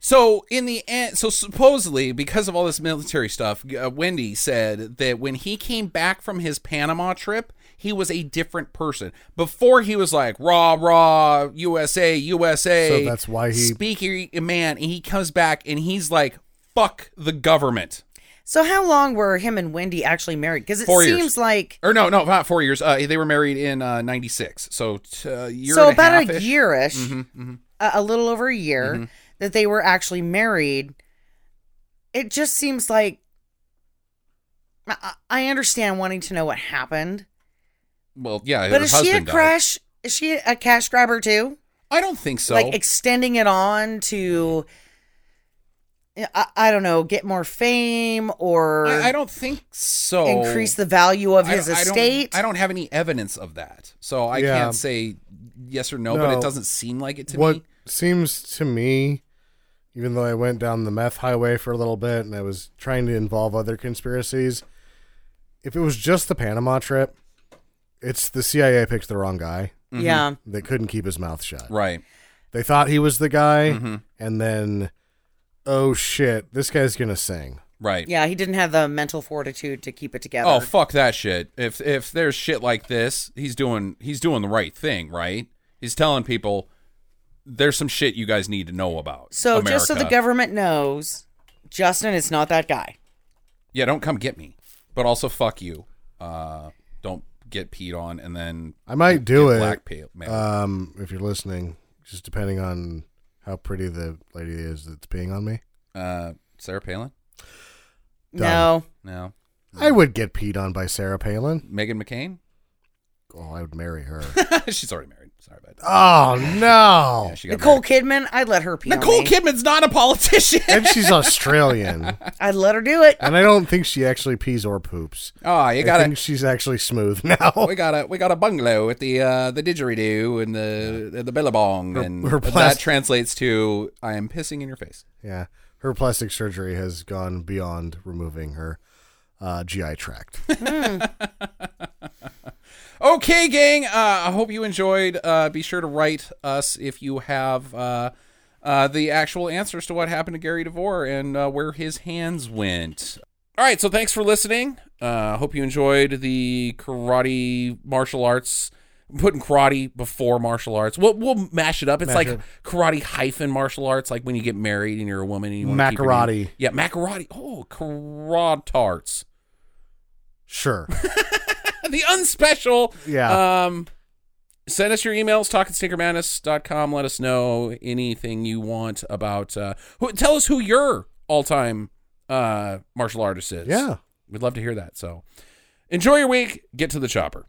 A: So in the end, so supposedly because of all this military stuff, uh, Wendy said that when he came back from his Panama trip, he was a different person. Before he was like rah rah USA USA.
F: So that's why he-
A: speaking man, and he comes back and he's like fuck the government.
G: So how long were him and Wendy actually married? Because it
A: Four years.
G: seems like
A: or no, no, not four years. Uh, they were married in uh, '96, so t- a year.
G: so
A: and
G: about
A: a,
G: a
A: half-ish. Mm-hmm,
G: yearish, A, a little over a year that they were actually married. It just seems like I, I understand wanting to know what happened,
A: Well, yeah,
G: but
A: her
G: is she a
A: husband died.
G: crash? Is she a cash grabber too?
A: I don't think so.
G: like extending it on to I, I don't know get more fame or
A: I, I don't think so.
G: increase the value of
A: I-
G: his
A: I don't-
G: estate
A: I don't, have any evidence of that, so I
F: Yeah.
A: can't say yes or no, But
F: No.
A: it doesn't seem like it to
F: what
A: me.
F: seems to me, even though I went down the meth highway for a little bit and I was trying to involve other conspiracies, if it was just the Panama trip, it's the CIA picked the wrong guy
A: mm-hmm.
G: yeah
F: that couldn't keep his mouth shut.
A: Right.
F: They thought he was the guy,
A: Mm-hmm.
F: and then, oh shit, this guy's gonna sing.
A: Right.
G: yeah he didn't have the mental fortitude to keep it together
A: Oh fuck that shit! If if there's shit like this, he's doing he's doing the right thing, right? He's telling people there's some shit you guys need to know about.
G: so just so the
A: America.
G: government knows justin is not that guy
A: yeah, don't come get me, but also fuck you. Uh, don't get peed on and then
F: I might do
A: get
F: it.
A: blackmailed.
F: Um, if you're listening, just depending on how pretty the lady is that's peeing on me,
A: uh, Sarah Palin?
G: no
A: No,
F: I would get peed on by Sarah Palin.
A: Megan McCain?
F: Oh, I would marry her.
A: She's already married. Sorry about that.
F: Oh no!
A: Yeah, she got
G: nicole
A: married.
G: kidman i'd let her pee on
A: Nicole
G: me.
A: Kidman's not a politician.
F: and she's Australian,
G: i'd let her do it
F: and I don't think she actually pees or poops.
A: oh, you
F: I
A: got
F: think
A: it.
F: she's actually smooth now.
A: We got a we got a bungalow at the uh, the didgeridoo and the the billabong, and
F: her
A: that
F: plastic-
A: translates to "I am pissing in your face."
F: yeah, her plastic surgery has gone beyond removing her uh, GI tract.
A: Okay, gang. Uh, I hope you enjoyed. Uh, be sure to write us if you have uh, uh, the actual answers to what happened to Gary DeVore and uh, where his hands went. All right. So thanks for listening. Uh, hope you enjoyed the karate martial arts. I'm putting karate before martial arts. We'll we'll mash it up. It's like karate hyphen martial arts, like when you get married and you're a woman and you want
F: Macarati.
A: Yeah, macarati. Oh, karate arts.
F: Sure.
A: the unspecial.
F: Yeah.
A: Um, send us your emails, talk at stinkermadness.com. Let us know anything you want about. Uh, who, tell us who your all time uh, martial artist is.
F: Yeah.
A: We'd love to hear that. So enjoy your week. Get to the chopper.